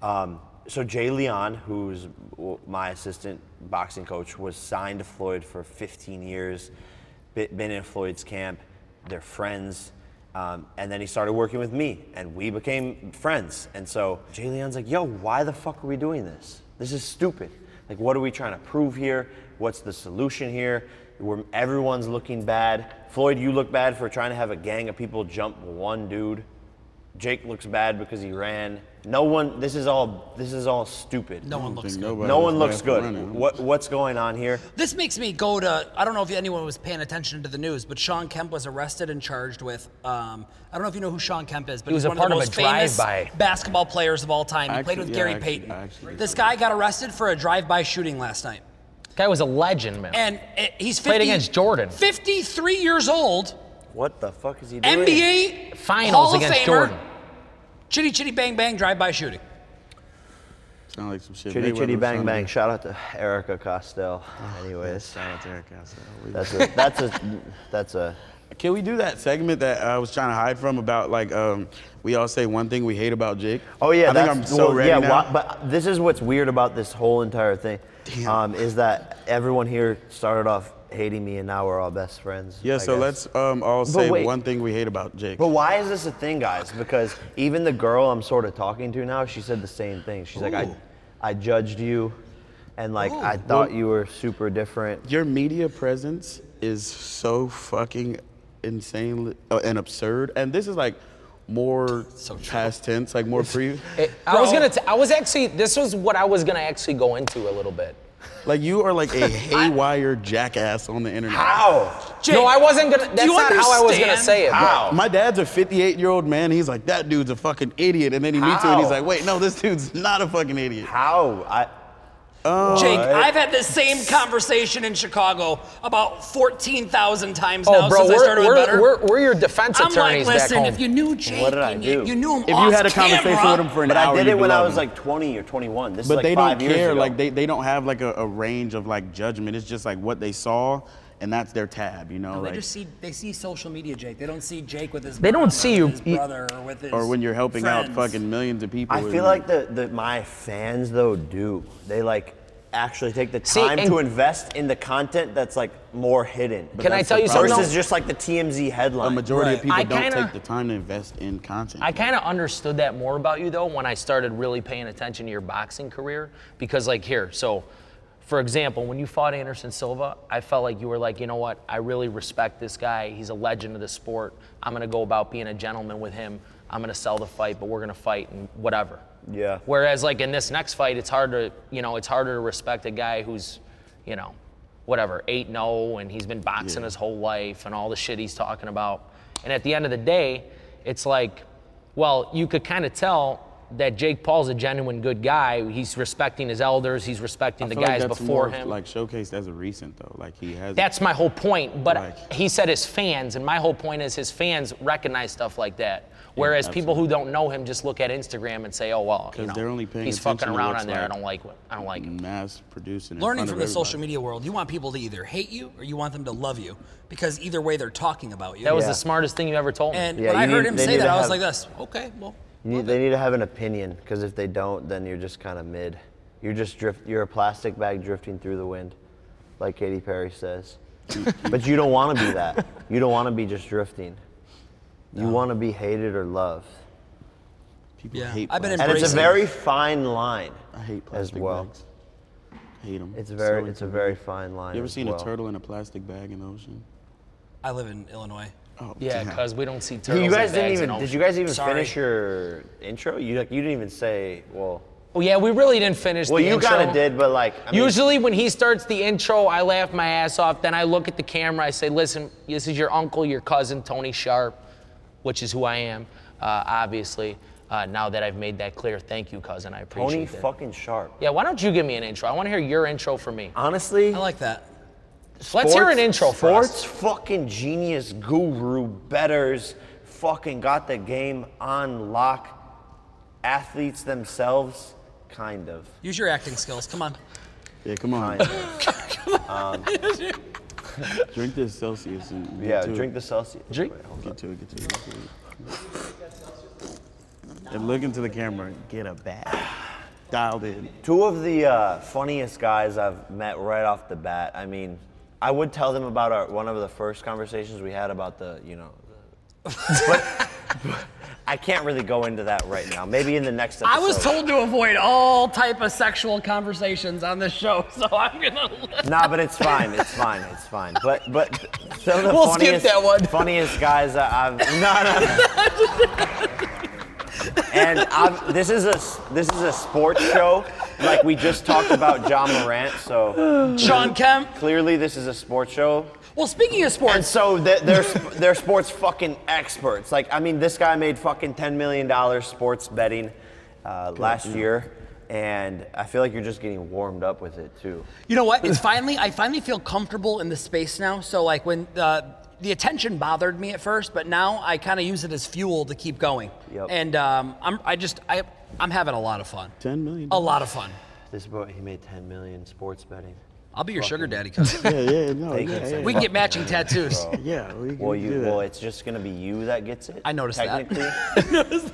C: Um, so Jay Leon, who's w- my assistant boxing coach, was signed to Floyd for 15 years, be- been in Floyd's camp. They're friends. Um, and then he started working with me, and we became friends. And so Jay Leon's like, yo, why the fuck are we doing this? This is stupid. Like, what are we trying to prove here? What's the solution here? We're, everyone's looking bad. Floyd, you look bad for trying to have a gang of people jump one dude. Jake looks bad because he ran. No one. This is all. This is all stupid.
B: No one looks good.
D: nobody
C: No one
D: was
C: looks
D: last
C: good.
D: running.
C: What What's going on here?
B: This makes me go to. I don't know if anyone was paying attention to the news, but Sean Kemp was arrested and charged with. Um, I don't know if you know who Sean Kemp is, but
F: He was
B: he's
F: a
B: one
F: part
B: of
F: of
B: the
F: a
B: most famous
F: drive-by.
B: basketball players of all time. He
D: Actually-
B: played with
D: yeah,
B: Gary
D: actually-
B: Payton.
D: I actually-
B: this guy got arrested for a drive-by shooting last night,
F: Guy was a legend, man.
B: and uh, he's 50,
F: Played against Jordan.
B: 53 years old,
C: What the fuck is he doing?
B: NBA
F: Finals
B: Hall of
F: against
B: Famer,
F: Jordan.
B: Chitty chitty bang bang drive-by shooting.
D: Sound like some shit.
C: Chitty
D: Mayweather
C: chitty
D: was
C: bang
D: trying to
C: bang.
D: do.
C: Shout out to Erica Costell.
D: Ah,
C: Anyways,
D: Shout out to Eric Castell. We-
C: that's a that's a that's a.
D: Can we do that segment that I was trying to hide from about like um, we all say one thing we hate about Jake?
C: Oh yeah,
D: I
C: that's,
D: think I'm so
C: well,
D: ready
C: yeah,
D: now.
C: why- but this is what's weird about this whole entire thing, um, is that everyone here started off hating me and now we're all best friends.
D: yeah,
C: I
D: so
C: guess.
D: let's um, all say
C: wait.
D: one thing we hate about Jake.
C: But why is this a thing, guys? Because even the girl I'm sort of talking to now, she said the same thing. She's like, I, I judged you, and like I thought you were super different.
D: Your media presence is so fucking insane uh, and absurd, and this is like more past tense, like more pre.
F: It- I was gonna. T- I was actually. This was what I was gonna actually go into a little bit.
D: like you are like a haywire jackass on the internet.
C: How?
F: no, I wasn't gonna. That's
B: you
F: not how I was gonna
B: understand
F: say it. but-
D: My dad's a 58 year old man. He's like, that dude's a fucking idiot. And then he meets you and he's
C: How?
D: like, wait, no, this dude's not a fucking idiot.
C: How? I.
B: Jake,
C: Alright.
B: I've had this same conversation in Chicago about 14,000 times now
F: Oh, bro,
B: since I
F: we're,
B: started with
F: we're,
B: Better.
F: we're, we're your defense
B: I'm
F: attorneys
B: like, listen,
F: back home.
B: if you knew Jake,
C: What did I
B: and you,
C: do?
B: you knew him
D: If
B: off
D: you had a conversation
B: camera,
D: with him for an
C: But
D: hour,
C: I did
D: you'd
C: it when I
D: love
C: was
D: him.
C: like 20 or 21. This
D: But
C: is like
D: they
C: five
D: don't
C: years
D: care.
C: ago.
D: Like they, they don't have like a, a range of like judgment. It's just like what they saw, and that's their tab, you know.
B: No,
D: like
B: they just see they see social media, Jake. They don't see Jake with his.
F: They don't
B: mom
F: see
B: or
F: you-
B: with His brother or with his.
D: or when you're helping out
B: friends.
D: fucking millions of people.
C: I
D: and-
C: feel like the, the my fans though do. They like actually take the
F: See,
C: time
F: and-
C: to invest in the content that's like more hidden.
F: Can I
D: that's
F: tell
D: the
F: you something?
D: problem.
C: Versus
F: though?
C: just like the TMZ headline.
D: a majority of
B: Right.
D: people
F: I
D: don't
F: kinda-
D: take the time to invest in content.
F: I kind of understood that more about you though when I started really paying attention to your boxing career because like here, so for example, when you fought Anderson Silva, I felt like you were like, you know what? I really respect this guy. He's a legend of the sport. I'm going to go about being a gentleman with him. I'm going to sell the fight, but we're going to fight and whatever.
C: Yeah.
F: Whereas like in this next fight, it's hard to, you know, it's harder to respect a guy who's, you know, whatever, 8-0 and he's been boxing his whole life and all the shit he's talking about. And at the end of the day, it's like, well, you could kind of tell that Jake Paul's a genuine good guy. He's respecting his elders, he's respecting
D: I
F: the
D: feel like
F: guys
D: that's more,
F: before him.
D: Like showcased as a recent though. Like he has.
F: That's my whole point. But
D: Right.
F: he said his fans, and my whole point is his fans recognize stuff like that. Whereas people who don't know him just look at Instagram and say, "Oh well, you
D: 'Cause
F: know,
D: they're only paying
F: he's fucking
D: attention to
F: around
D: what's
F: on there.
D: like- Mm.
F: I don't like it. I don't like it."
D: mass producing. in
B: Learning
D: front
B: from
D: of
B: the social
D: everybody.
B: media world, you want people to either hate you or you want them to love you because either way they're talking about you.
F: That was
C: Yeah.
F: the smartest thing you ever told me.
B: and
C: Yeah,
B: when I
C: you
B: heard
C: need-
B: him
C: they
B: say
C: need
B: that,
C: to
B: I was
C: have-
B: like, "This okay, well."
C: You need- they need to have an opinion because if they don't, then you're just kind of mid. You're just drift. You're a plastic bag drifting through the wind, like Katy Perry says. but you don't want to be that. You don't want to be just drifting. You want to be hated or loved,
D: People
B: Yeah,
D: hate.
B: I've been
D: plastic.
C: and it's a
B: Embracing.
C: very fine line.
D: I hate
C: as
D: plastic
C: well.
D: bags. Hate them.
C: It's very, it's a very fine line.
D: You ever
C: as
D: seen
C: well.
D: a turtle in a plastic bag in the ocean?
B: I live in Illinois.
D: Oh,
F: yeah,
D: damn.
F: because we don't see turtles.
C: You guys
F: in
C: didn't
F: bags and
C: even. Did you
F: ocean.
C: guys even
B: Sorry.
C: finish your intro? You like, you didn't even say. Well,
F: Well, yeah, we really didn't finish.
C: e- well,
F: the
C: you kind
F: intro.
C: of did, but like I mean,
F: Usually, when he starts the intro, I laugh my ass off. Then I look at the camera. I say, "Listen, this is your uncle, your cousin, Tony Sharp, which is who I am, uh, obviously." Uh, now that I've made that clear, thank you, cousin. I appreciate
C: Tony
F: it.
C: fucking sharp.
F: Yeah, why don't you give me an intro? I want to hear your intro for me.
C: Honestly,
B: I like that.
F: Let's hear an intro for
C: sports
F: us.
C: fucking genius guru betters fucking got the game on lock. Athletes themselves, kind of.
B: Use your acting skills. Come on.
D: Yeah, come on. drink this Celsius and get
C: Um, Yeah,
D: to it.
C: drink the Celsius.
F: Drink-
C: Wait, hold
D: Get
C: up.
D: to it. Get to it. Get to it. And look into the camera. Get a bag. Dialed in.
C: Two of the uh, funniest guys I've met right off the bat. I mean, I would tell them about our one of the first conversations we had about the, you know. but, but I can't really go into that right now. Maybe in the next episode.
B: I was told to avoid all type of sexual conversations on this show, so I'm gonna.
C: Nah, but it's fine. It's fine. It's fine. But but some of the
F: We'll skip
C: funniest,
F: that one.
C: funniest guys that I've no no. and i this is a s- this is a sports show. Like we just talked about John Morant, so
B: Sean Kemp.
C: Clearly, this is a sports show.
B: Well, speaking of sports,
C: And so they're, they're, sp- they're sports fucking experts. Like, I mean, this guy made fucking $10 million sports betting uh, last year. And I feel like you're just getting warmed up with it, too.
B: You know what? It's finally I finally feel comfortable in the space now. So like when the the attention bothered me at first, but now I kind of use it as fuel to keep going.
C: Yep.
B: And um, I'm I just I I'm having a lot of fun.
D: Ten million.
B: A lot of fun.
C: This boy, he made 10 million sports betting.
B: I'll be your sugar daddy. Cause
D: Yeah, yeah, no,
C: Thank you,
D: yeah,
C: sir.
D: yeah.
B: we can get matching tattoos.
D: yeah, we can
C: Well,
D: do
C: you,
D: that.
C: well, it's just gonna be you that gets it.
B: I noticed that.
C: technically.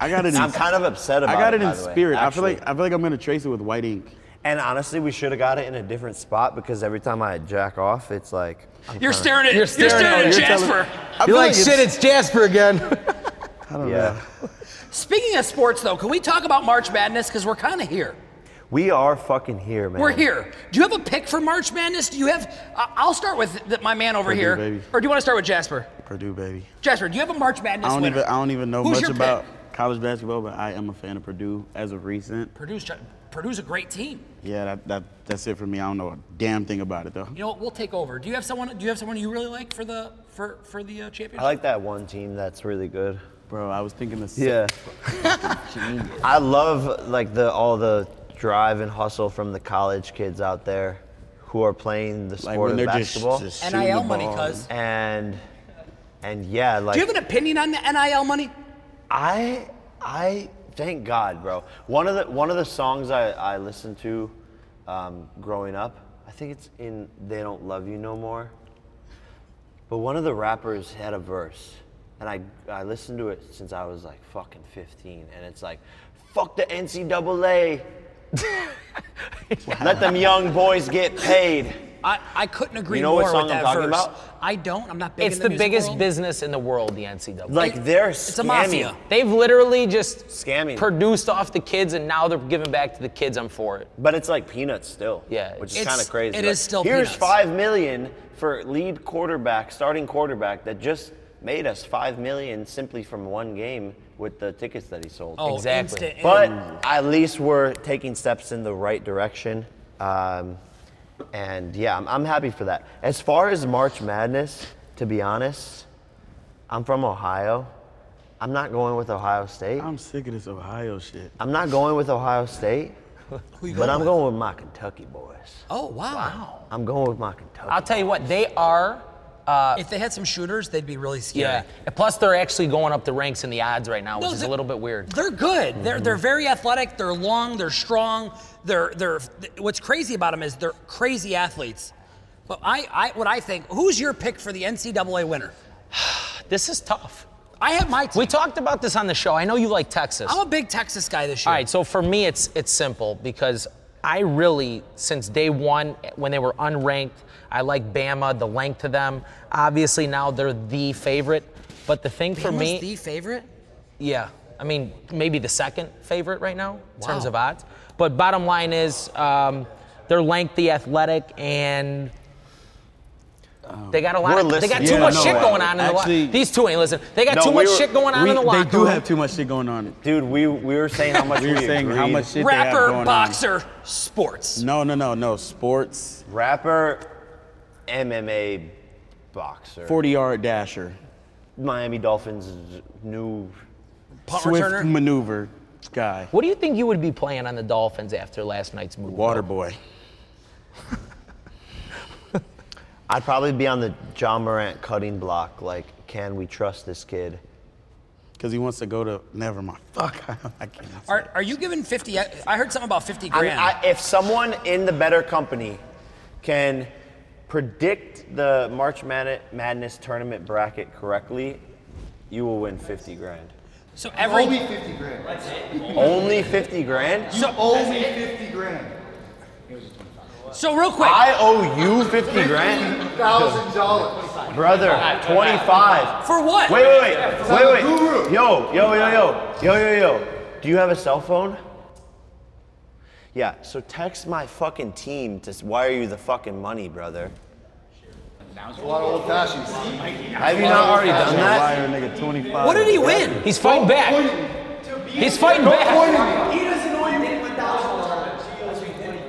D: I got it. In,
C: I'm kind of upset about
D: I got it
C: by
D: in
C: the way,
D: spirit. I feel
C: actually.
D: like I feel like I'm gonna trace it with white ink.
C: and honestly, we should have got it in a different spot because every time I jack off, it's like I'm
B: You're
C: kinda-
B: staring at you're staring,
D: staring
B: at
D: at- you're
B: Jasper.
D: telling-
J: You're like, shit, it's Jasper again.
C: Yeah.
B: Speaking of sports though, can we talk about March Madness? Because we're kind of here.
C: We are fucking here, man.
B: We're here. Do you have a pick for March Madness? Do you have? Uh, I'll start with th- my man over
D: Purdue,
B: here.
D: baby.
B: Or do you want to start with Jasper?
D: Purdue, baby.
B: Jasper, do you have a March Madness
D: I don't
B: winner?
D: even I don't even know
B: Who's
D: much
B: your pick?
D: about college basketball, but I am a fan of Purdue as of recent.
B: Purdue's ju- Purdue's a great team.
D: Yeah, that, that that's it for me. I don't know a damn thing about it though.
B: You know what? We'll take over. Do you have someone? Do you have someone you really like for the for for the uh, championship?
C: I like that one team that's really good.
D: Bro, I was thinking this.
C: I love like the all the drive and hustle from the college kids out there who are playing the
D: Like
C: sport
D: when
C: of
D: they're just,
C: basketball.
D: just shooting the
B: NIL money,
D: ball.
B: cuz.
C: and and yeah, like
B: Do you have an opinion on the NIL money?
C: I I thank God, bro. One of the one of the songs I, I listened to um, growing up, I think it's in They Don't Love You No More. But one of the rappers had a verse, and I I listened to it since I was like fucking 15, and it's like, fuck the NCAA. Let them young boys get paid.
B: I, I couldn't agree
C: know what
B: more
C: song
B: with
C: I'm
B: that
C: talking
B: verse.
C: about?
B: I don't. I'm not big
F: It's
B: in
F: the,
B: the, music
F: biggest
B: world.
F: business in the world, the NCAA.
C: Like they're
B: It's a mafia.
F: They've literally just
C: Scamming.
F: produced off the kids, and now they're giving back to the kids. I'm for it.
C: But it's like peanuts still.
F: Yeah,
C: Which is
B: it's-
C: kind of crazy.
B: it
C: Like,
B: is still
C: Here's
B: peanuts.
C: five million for lead quarterback, starting quarterback that just made us five million simply from one game with the tickets that he sold.
B: Oh,
F: Exactly.
B: instant-
C: But at least we're taking steps in the right direction. Um, and yeah, I'm, I'm happy for that. As far as March Madness, to be honest, I'm from Ohio. I'm not going with Ohio State.
D: I'm sick of this Ohio shit.
C: I'm not going with Ohio State,
B: Who you
C: but
B: going
C: I'm
B: with?
C: going with my Kentucky boys.
B: Oh wow.
C: I'm going with my Kentucky.
F: I'll tell you what, they are.
B: If they had some shooters, they'd be really
F: Yeah.
B: scary.
F: And plus, they're actually going up the ranks in the odds right now, which
B: No,
F: is
B: they-
F: a little bit weird.
B: They're good. They're they're very athletic. They're long. They're strong. They're they're. What's crazy about them is they're crazy athletes. But I, I what I think. Who's your pick for the NCAA winner?
F: This is tough.
B: I have my. Team.
F: We talked about this on the show. I know you like Texas.
B: I'm a big Texas guy this year.
F: All right, so for me, it's it's simple because I really, since day one, when they were unranked, I like Bama, the length to them. Obviously, now they're the favorite. But the thing for
B: Bama's
F: me,
B: the favorite.
F: yeah, I mean, maybe the second favorite right now in terms
B: Wow.
F: of odds. But bottom line is, um, they're lengthy, athletic, and they got a lot.
C: We're
F: Of, they got
C: listening.
F: too
C: Yeah,
F: much
C: no,
F: shit going on in the
D: actually-
F: locker. These two ain't listening. They got
C: No,
F: too
C: we
F: much
C: were-
F: shit going on
D: We-
F: in the
D: they
F: locker
D: do
F: room.
D: have too much shit going on.
C: Dude, we, we were saying how much
D: We
C: we,
D: were saying how
C: agreed.
D: much shit they have
B: Rapper,
D: going
B: boxer, sports.
D: on. No, no, no, no. Sports,
C: Rapper, MMA, boxer,
D: 40 yard dasher,
C: Miami Dolphins new.
B: Punt
D: swift
B: returner.
D: maneuver guy,
F: What do you think you would be playing on the Dolphins after last night's move?
D: water boy.
C: I'd probably be on the John Morant cutting block. Like, can we trust this kid?
D: Because he wants to go to never mind. Fuck, I can't. say
B: Are, are you giving 50? I I heard something about 50
C: I mean,
B: grand.
C: I- if someone in the better company can predict the March Mad- Madness tournament bracket correctly, you will win 50 grand.
B: so
E: Owe
B: every
E: me 50 grand.
C: Only 50 grand?
E: You owe me 50 grand.
B: so real quick.
C: I owe you 50 grand?
E: Thousand dollars.
C: Brother, 25.
B: for what?
C: Wait, wait, wait, wait, wait.
E: Guru.
C: Yo, yo, yo, yo, yo, yo, yo. Do you have a cell phone? Yeah. So text my fucking team to s- wire you the fucking money, brother.
E: A lot of old fashions.
C: Have you not already done
D: that.
C: that?
D: Liar, nigga, 25.
B: What did he win?
F: He's fighting back. He's fighting
G: Don't
F: back.
G: point
L: He doesn't know you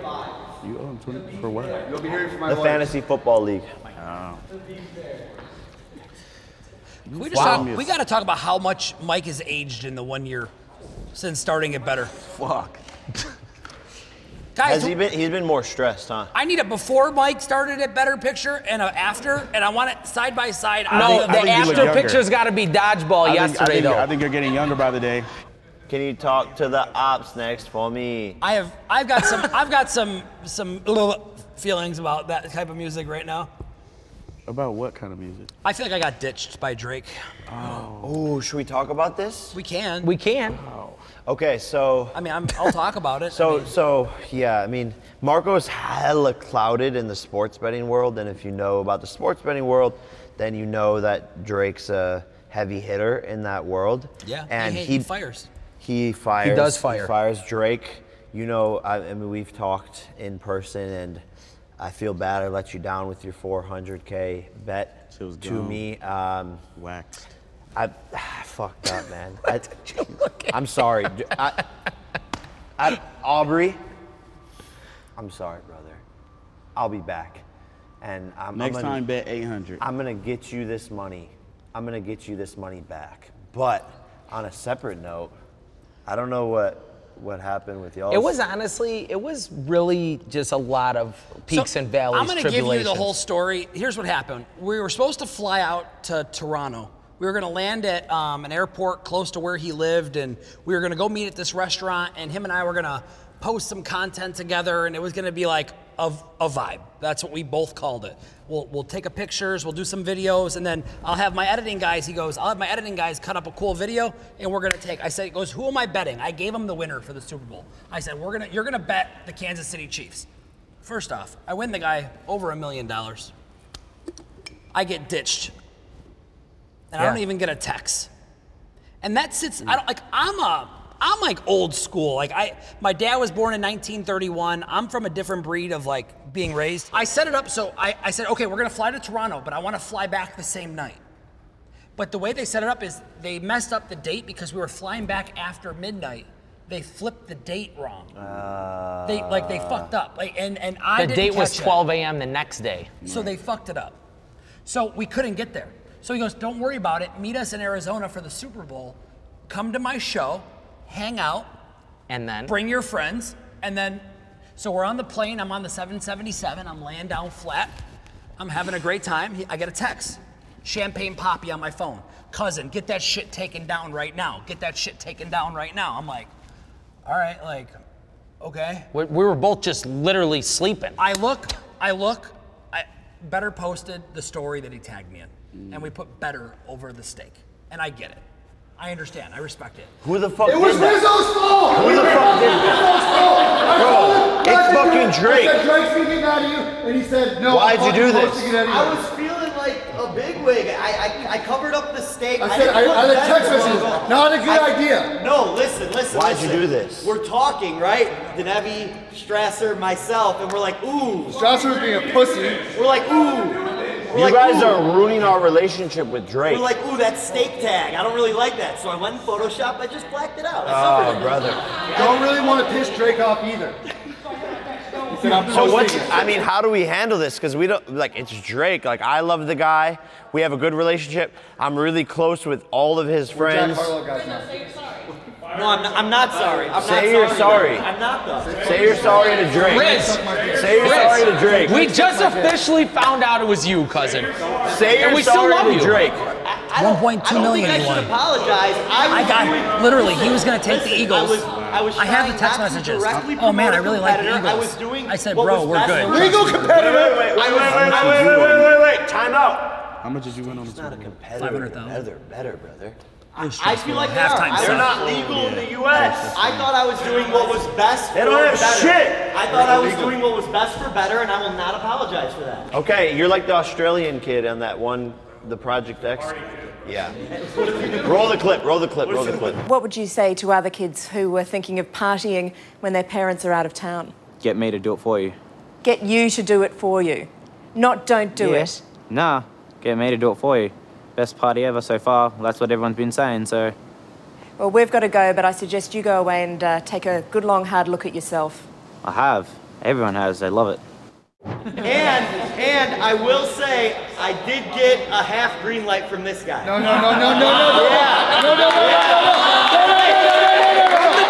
L: one
D: You owe him 20 for what?
E: You'll be hearing from my
C: The
E: lawyer.
C: Fantasy Football League.
B: Can we just talk, we got to talk about how much Mike has aged in the one year since starting it better.
D: Fuck.
B: Guys,
C: Has he been? He's been more stressed, huh?
B: I need a before Mike started it better picture and a after, and I want it side by side. I
F: No,
B: don't-
F: the
D: you look
F: after
D: younger.
F: picture's got to be dodgeball
D: I think, I,
F: yesterday,
D: think,
F: though.
D: I think you're getting younger by the day.
C: Can you talk to the ops next for me?
B: I have I've got some I've got some some little feelings about that type of music right now.
D: About what kind of music?
B: I feel like I got ditched by Drake.
C: Oh, should we talk about this?
B: We can.
F: we can.
C: Okay, so
B: I mean, I'm, I'll talk about it.
C: So, so yeah, I mean, Marco's hella clouded in the sports betting world, and if you know about the sports betting world, then you know that Drake's a heavy hitter in that world.
B: yeah,
C: and
B: he,
C: he he,
B: fires.
C: fires.
F: does fire.
C: fires Drake. You know, I, I mean, we've talked in person, and I feel bad I let you down with your 400k bet
D: She was
C: to
D: gone.
C: me. Um,
D: Waxed.
C: I fucked up, man. I, am sorry. D- I, I- Aubrey, I'm sorry, brother. I'll be back, and I'm,
D: Next
C: I'm gonna,
D: time, bet 800.
C: I'm gonna get you this money. I'm gonna get you this money back. But on a separate note, I don't know what what happened with y'all.
F: It was honestly, it was really just a lot of peaks
B: So,
F: and valleys,
B: I'm gonna give you
F: tribulations.
B: the whole story. Here's what happened. We were supposed to fly out to Toronto. We were gonna land at um, an airport close to where he lived, and we were gonna go meet at this restaurant. And him and I were gonna post some content together, and it was gonna be like a, a vibe. That's what we both called it. We'll we'll take a pictures, we'll do some videos, and then I'll have my editing guys. He goes, I'll have my editing guys cut up a cool video, and we're gonna take. I said, he goes, who am I betting? I gave him the winner for the Super Bowl. I said, we're gonna you're gonna bet the Kansas City Chiefs. First off, I win the guy over a million dollars. I get ditched. And I don't even get a text. And that sits I don't like I'm a I'm like old school. Like I my dad was born in 1931. I'm from a different breed of like being raised. I set it up so I, I said, okay, we're gonna fly to Toronto, but I wanna fly back the same night. But the way they set it up is they messed up the date because we were flying back after midnight. They flipped the date wrong. they like they fucked up. Like and and I
F: The
B: didn't
F: date was
B: catch it.
F: 12 a.m. the next day.
B: So they fucked it up. So we couldn't get there. So he goes, Don't worry about it. Meet us in Arizona for the Super Bowl. Come to my show, hang out,
F: And then
B: bring your friends. And then, so we're on the plane. I'm on the 777. I'm laying down flat. I'm having a great time. He- I get a text Champagne Poppy on my phone. Cousin, get that shit taken down right now. Get that shit taken down right now. I'm like, All right, like, okay.
F: we, we were both just literally sleeping.
B: I look, I look, I better posted the story that he tagged me in, and we put better over the steak, and I get it. I understand. I respect it.
C: Who the fuck?
E: It was
C: did that?
E: Rizzo's fault.
C: Who the fuck did that?
E: Rizzo's
C: Bro,
E: fault. I told him
C: it's
E: not to do
C: fucking
E: it.
C: Drake.
E: I said, Drake's gonna get out of you, and he said, no.
C: Why'd
E: I'm
C: you do
E: fucking
C: this?
E: posting it
L: I
E: anyway.
L: was feeling like a bigwig. I, I I covered up the steak.
E: I said,
L: didn't
E: I,
L: put
E: I had
L: that
E: a text
L: in the
E: message.
L: logo.
E: Not a good
L: I-
E: idea.
L: No, listen, listen.
C: Why'd you
L: listen.
C: do this?
L: We're talking, right? Denevi, Strasser, myself, and we're like, ooh.
E: Johnson was being a pussy.
L: We're like, ooh. We're
C: You
L: like,
C: guys
L: ooh.
C: are ruining our relationship with Drake.
L: We're like, ooh, that steak tag. I don't really like that. So I went in Photoshop. I just blacked it out. I
C: oh,
L: suffered.
C: brother.
E: Don't really want to piss Drake off either. He said, I'm
C: So what's?
E: posting it.
C: I mean, how do we handle this? Because we don't like it's Drake. Like I love the guy. We have a good relationship. I'm really close with all of his
E: Jack
C: friends.
E: Harlow guys now.
L: No, I'm not, I'm not sorry. I'm
C: Say
L: not
C: you're sorry.
L: I'm not though.
C: Say you're sorry to Drake.
F: Riz.
C: Say you're sorry to Drake.
F: We just officially found out it was you, cousin.
C: Say you're
F: and we still
C: sorry
F: love
C: to
F: you.
C: Drake.
L: I don't,
B: 1.2
L: I don't
B: million
L: Think I
B: he
L: should
B: won.
L: apologize. I, was
B: I got-
L: doing-
B: literally, he was gonna take the
L: I
B: Eagles.
L: was, I was
B: I have
L: trying
B: the text
L: not to
B: messages.
L: directly
B: Oh,
L: promote
B: man, I
L: a
B: really like the
L: competitor. I
B: Eagles.
L: was doing.
B: I said,
L: what
B: bro,
L: was
B: we're
L: best
B: good.
L: for us.
E: Legal competitor.
C: wait, wait, wait, wait, wait, wait, wait. Time out.
D: How much did you win on the Super Bowl?
C: Competitor,
B: 500,000.
C: better, better, brother.
L: I feel like they are.
B: Halftime
L: I,
B: sucked.
L: was-
C: Not legal in the U.S.
L: I thought I was doing what was best.
C: They don't
L: for
C: have
L: better.
C: shit.
L: I thought I was doing what was best for better, and I will not apologize for that.
C: Okay, you're like the Australian kid on that one, the Project X. Yeah. Roll the clip. Roll the clip. Roll the clip.
M: What would you say to other kids who were thinking of partying when their parents are out of town?
N: Get me to do it for you.
M: Get you to do it for you, not don't do it.
N: Nah, get me to do it for you. Best party ever so far. That's what everyone's been saying, so
M: Well, we've got to go, but I suggest you go away and uh, take a good, long, hard look at yourself.
N: I have. Everyone has. They love it.
L: And and I will say I did get a half green light from this guy.
E: No, no, no, no, no, no, no.
L: Yeah.
E: No, no, no, no, no, no. No, no, no, no, no, no, no.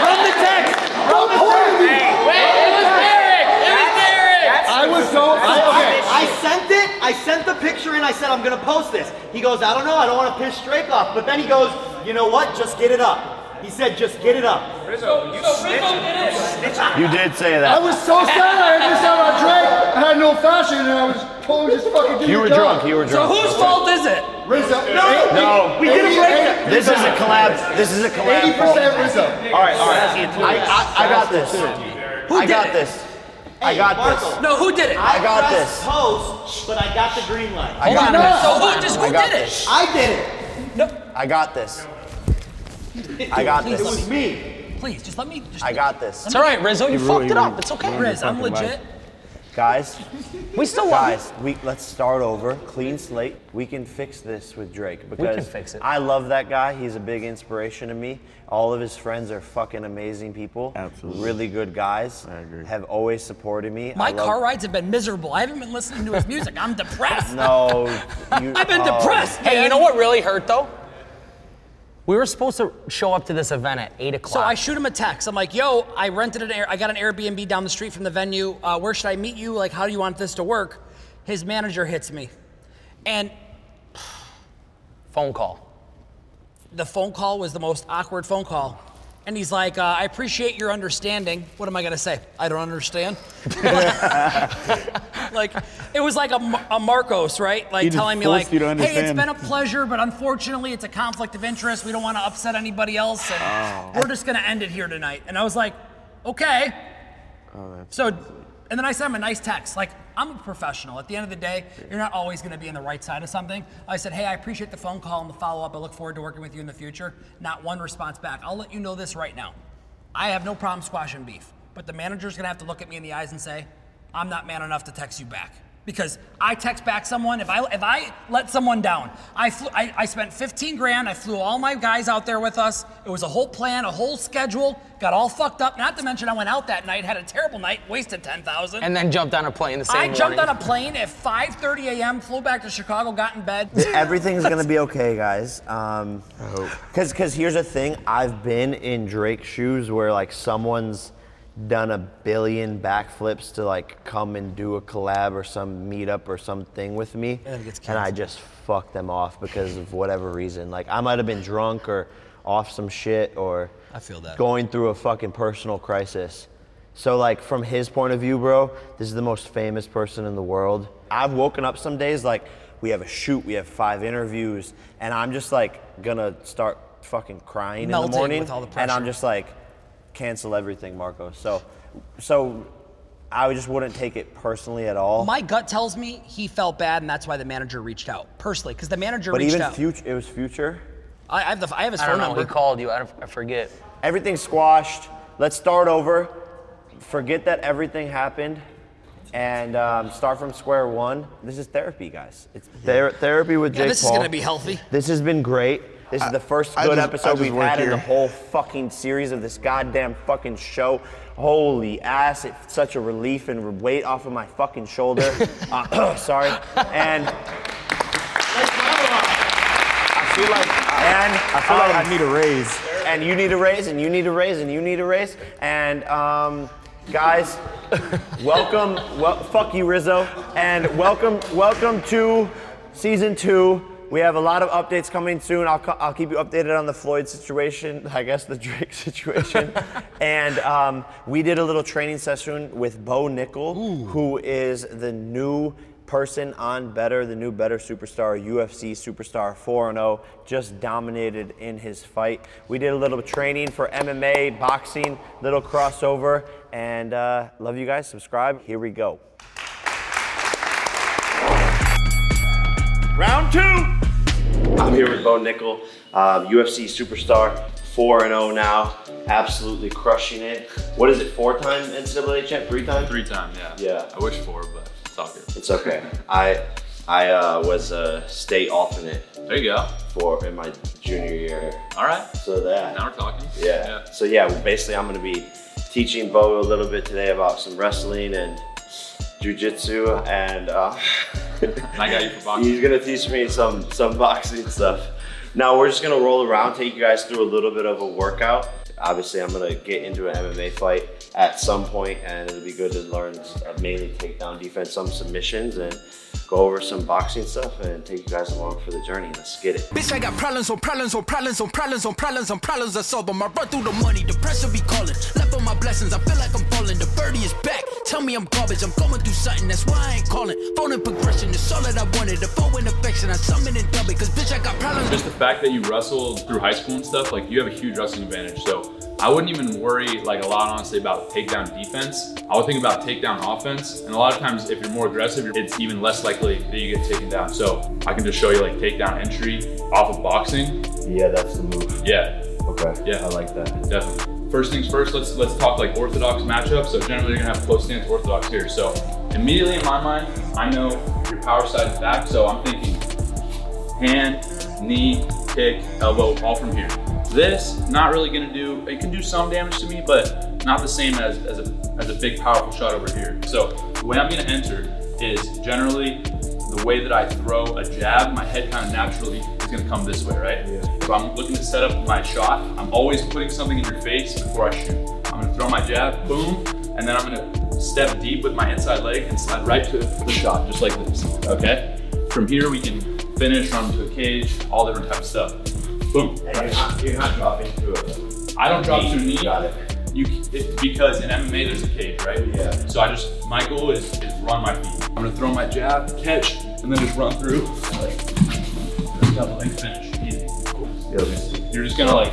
L: Run the text. Run the text. Hey, wait, it was Derek. It was Derek.
E: I was so-
L: I,
E: I- okay.
L: I sent it. I sent the picture and I said I'm gonna post this. He goes, I don't know. I don't want to piss Drake off. But then he goes, you know what? Just get it up. He said, just get it up. Rizzo, you
C: You did say that.
E: I was so sad I had this out on Drake. I had no fashion and I was totally just fucking doing
C: You were
E: the
C: drunk.
E: job.
C: You were drunk.
B: is it?
E: Rizzo.
C: No. No. We didn't break
E: that.
C: This is a collab. This is a collab.
E: 80% Rizzo.
C: All right, all right. I, I, I got this.
L: Who
C: I
L: did it?
C: got this. I got
L: Marco.
C: this.
B: No, who did it?
L: I
C: got
L: pressed
C: this.
L: Post, but I got the green light.
C: I got this.
B: So who just
C: I
B: who
C: got
B: did it?
C: this.
L: I did it.
C: I got this. I got
B: Please
C: this.
B: let me-
L: me.
B: Please, just let me. Just
C: I got this.
B: It's all right, Rizzo. You
C: You
B: fucked
C: really
B: it up.
C: ruined-
B: It's okay,
C: ruined your
B: Riz. I'm
C: fucking
B: legit.
C: Guys,
F: we still love you.
C: guys. We let's start over, clean slate. We can fix this with Drake because
F: fix it.
C: I love that guy. He's a big inspiration to me. All of his friends are fucking amazing people. Absolutely, really good guys. I agree. Have always supported me. I
B: My
C: love-
B: car rides have been miserable. I haven't been listening to his music. I'm depressed.
C: No, you,
B: I've been
C: oh.
B: depressed.
F: Hey, you know what really hurt though? We were supposed to show up to this event at eight o'clock.
B: So I shoot him a text. I'm like, "Yo, I rented an air. I got an Airbnb down the street from the venue. Uh, where should I meet you? Like, how do you want this to work?" His manager hits me, and
F: phone call.
B: the phone call was the most awkward phone call. And he's like, uh, "I appreciate your understanding." What am I gonna say? I don't understand. like, it was like a, Mar- a Marcos, right? Like
D: He just
B: telling me,
D: forced
B: like,
D: you to
B: "Hey, it's
D: understand."
B: been a pleasure, but unfortunately, it's a conflict of interest. We don't want to upset anybody else, and
D: Oh.
B: we're just gonna end it here tonight." And I was like, "Okay." So, and then I sent him a nice text. Like, I'm a professional. At the end of the day, you're not always going to be on the right side of something. I said, hey, I appreciate the phone call and the follow up. I look forward to working with you in the future. Not one response back. I'll let you know this right now. I have no problem squashing beef, but the manager's going to have to look at me in the eyes and say, I'm not man enough to text you back. Because I text back someone, if I if I let someone down, I flew, I, I spent 15 grand, I flew all my guys out there with us. It was a whole plan, a whole schedule, got all fucked up. Not to mention I went out that night, had a terrible night, wasted 10,000.
F: And then jumped on a plane the same
B: I jumped
F: morning.
B: on a plane at 5:30 a.m., flew back to Chicago, got in bed.
C: Everything's gonna be okay, guys. Um, Cause, cause here's the thing. I've been in Drake's shoes where like someone's done a billion backflips to like come and do a collab or some meetup or something with me,
B: And then it gets
C: and I just fuck them off because of whatever reason. Like I might have been drunk or off some shit or
B: I feel that.
C: going through a fucking personal crisis. So like from his point of view, bro, this is the most famous person in the world. I've woken up some days like we have a shoot, we have five interviews, and I'm just like gonna start fucking crying in
B: Melting
C: the morning,
B: with all the
C: and
B: pressure.
C: I'm just like cancel everything, Marco. So, so I just wouldn't take it personally at all.
B: My gut tells me he felt bad, and that's why the manager reached out personally. Because the manager
C: but
B: reached
C: even
B: out.
C: future, it was future.
B: I, I have the I have his
F: I
B: phone
F: don't know.
B: number.
F: He called you. I, don't, I forget.
C: Everything's squashed. Let's start over. Forget that everything happened and um, start from square one. This is therapy, guys. It's ther- therapy with
B: Yeah,
C: Jake
B: this is
C: Paul.
B: gonna be healthy.
C: This has been great. This is the first
D: I
C: good
D: just- I
C: episode
D: just
C: we've
D: work
C: had in
D: here.
C: the whole fucking series of this goddamn fucking show. Holy ass, it's such a relief and weight off of my fucking shoulder. uh, sorry. And I feel like, and
D: I feel like
C: um,
D: I need a raise.
C: and you need a raise, and you need a raise, and you need a raise. And um, guys, welcome. Well, fuck you, Rizzo. And welcome, welcome to season two. We have a lot of updates coming soon. I'll, co- I'll keep you updated on the Floyd situation, I guess the Drake situation. and um, we did a little training session with Bo Nickel, who is the new person on Better, the new Better superstar, UFC superstar, 4 0, just dominated in his fight. We did a little training for MMA, boxing, little crossover, and uh, love you guys. Subscribe. Here we go. Round two. I'm here with Bo Nickel, um, UFC superstar, 4 0 now, absolutely crushing it. What is it, four time NCAA champ? Three time?
I: Three time, yeah.
C: Yeah.
I: I wish four, but it's all good.
C: It's okay. I I uh, was a state alternate.
I: There you go.
C: For in my junior year.
I: All right.
C: So that.
I: Now we're talking.
C: Yeah. So yeah, basically I'm going to be teaching Bo a little bit today about some wrestling and jujitsu, and uh,
I: I got you for boxing.
C: he's going to teach me some some boxing stuff. Now we're just going to roll around, take you guys through a little bit of a workout. Obviously, I'm going to get into an MMA fight at some point, and it'll be good to learn uh, mainly takedown defense, some submissions, and go over some boxing stuff, and take you guys along for the journey. Let's get it.
B: Bitch, I got problems on problems on problems on problems on problems on problems. I solve them. I run through the money. The pressure be calling. Left on my blessings. I feel like I'm falling. The birdie is back. Tell me I'm garbage. I'm going through something. That's why I ain't calling. Phone and progression. It's all that I wanted. The phone and affection. I summon and dub it. Cause bitch, I got problems.
I: Just the fact that you wrestled through high school and stuff, like you have a huge wrestling advantage. So I wouldn't even worry like a lot honestly about takedown defense. I would think about takedown offense. And a lot of times if you're more aggressive, it's even less likely that you get taken down. So I can just show you like takedown entry off of boxing.
C: Yeah, that's the move.
I: Yeah.
C: Okay.
I: Yeah. I
C: like that.
I: Definitely. First things first, let's let's talk like orthodox matchups. So generally you're gonna have close stance orthodox here. So immediately in my mind, I know your power side's back, so I'm thinking hand, knee, kick, elbow, all from here. This, not really gonna do, it can do some damage to me, but not the same as, as, a, as a big powerful shot over here. So the way I'm gonna enter is generally the way that I throw a jab, my head kind of naturally is gonna come this way, right? If I'm looking to set up my shot, I'm always putting something in your face before I shoot. I'm gonna throw my jab, boom, and then I'm gonna step deep with my inside leg and slide right to the shot, just like this. Okay? From here we can finish, run to a cage, all different type of stuff. Boom.
C: you're not, you're not dropping to it.
I: I don't drop to a
C: Knee.
I: knee.
C: Got it.
I: You it, because in MMA there's a cage, right? Yeah. So I just my goal is is run my feet. I'm gonna throw my jab, catch, and then just run through. Like, double leg finish. Easy. You're just gonna like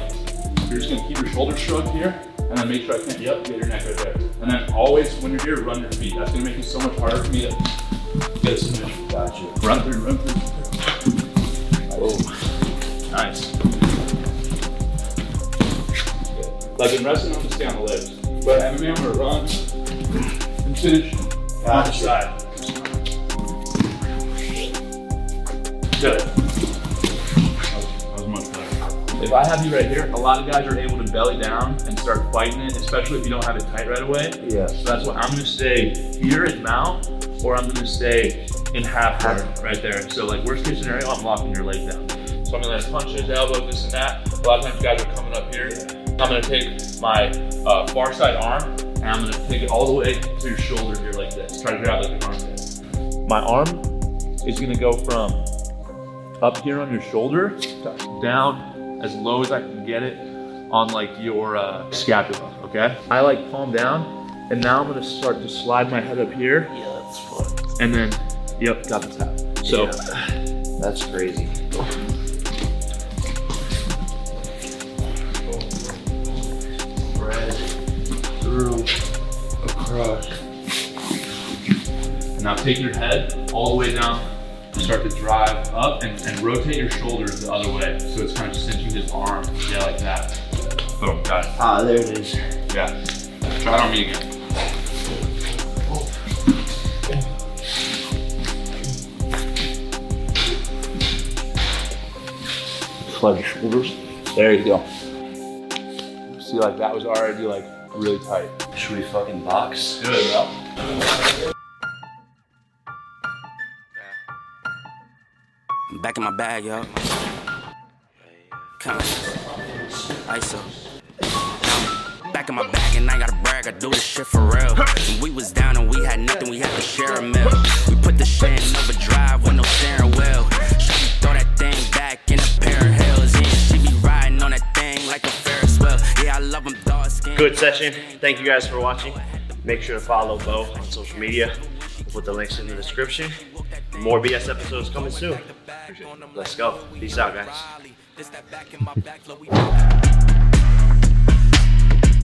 I: you're just gonna keep your shoulders shrugged here, and then make sure I can't. Yep. Get your neck right there. And then always when you're here, run your feet. That's gonna make it so much harder for me to get a submission. Gotcha. Run through, run through. Whoa. Nice. Like in wrestling, I'm gonna stay on the legs. But MMA, I'm gonna run and finish on the side. Good. That was much better. If I have you right here, a lot of guys are able to belly down and start fighting it, especially if you don't have it tight right away.
C: Yeah.
I: So that's what I'm gonna stay here and mount, or I'm gonna stay in half guard right there. So like worst case scenario, I'm locking your leg down. So I'm gonna like punch his elbow, this and that. A lot of times guys are coming up here. I'm gonna take my uh, far side arm and I'm gonna take it all the way to your shoulder here like this. Try to grab like an arm. My arm is gonna go from up here on your shoulder down as low as I can get it on like your uh, scapula. Okay. I like palm down, and now I'm gonna start to slide my head up here. Yeah, that's fun. And then, yep, got the tap. So
C: that's crazy.
I: Spread through across. Now take your head all the way down. Start to drive up and, and rotate your shoulders the other way. So it's kind of cinching his arm. Yeah, like that. Boom, got it.
C: Ah, there it is.
I: Yeah. Try it on me again. Slide your shoulders. There you go. See, like that was already like really tight.
C: Should we fucking box?
I: Good, bro.
O: I'm back in my bag, y'all. Come on. ISO. Back in my bag and I gotta brag, I do this shit for real. When we was down and we had nothing, we had to share a meal. We put the shit in overdrive with no steering wheel. She throw that thing back in a pair of heels, and she be riding on that thing like a Ferris wheel. Yeah, I love them dog skin.
C: Good session. Thank you guys for watching. Make sure to follow Bo on social media. We'll put the links in the description. More BS episodes coming soon. Let's go. Peace out, guys.
O: This that back in my back, Louis.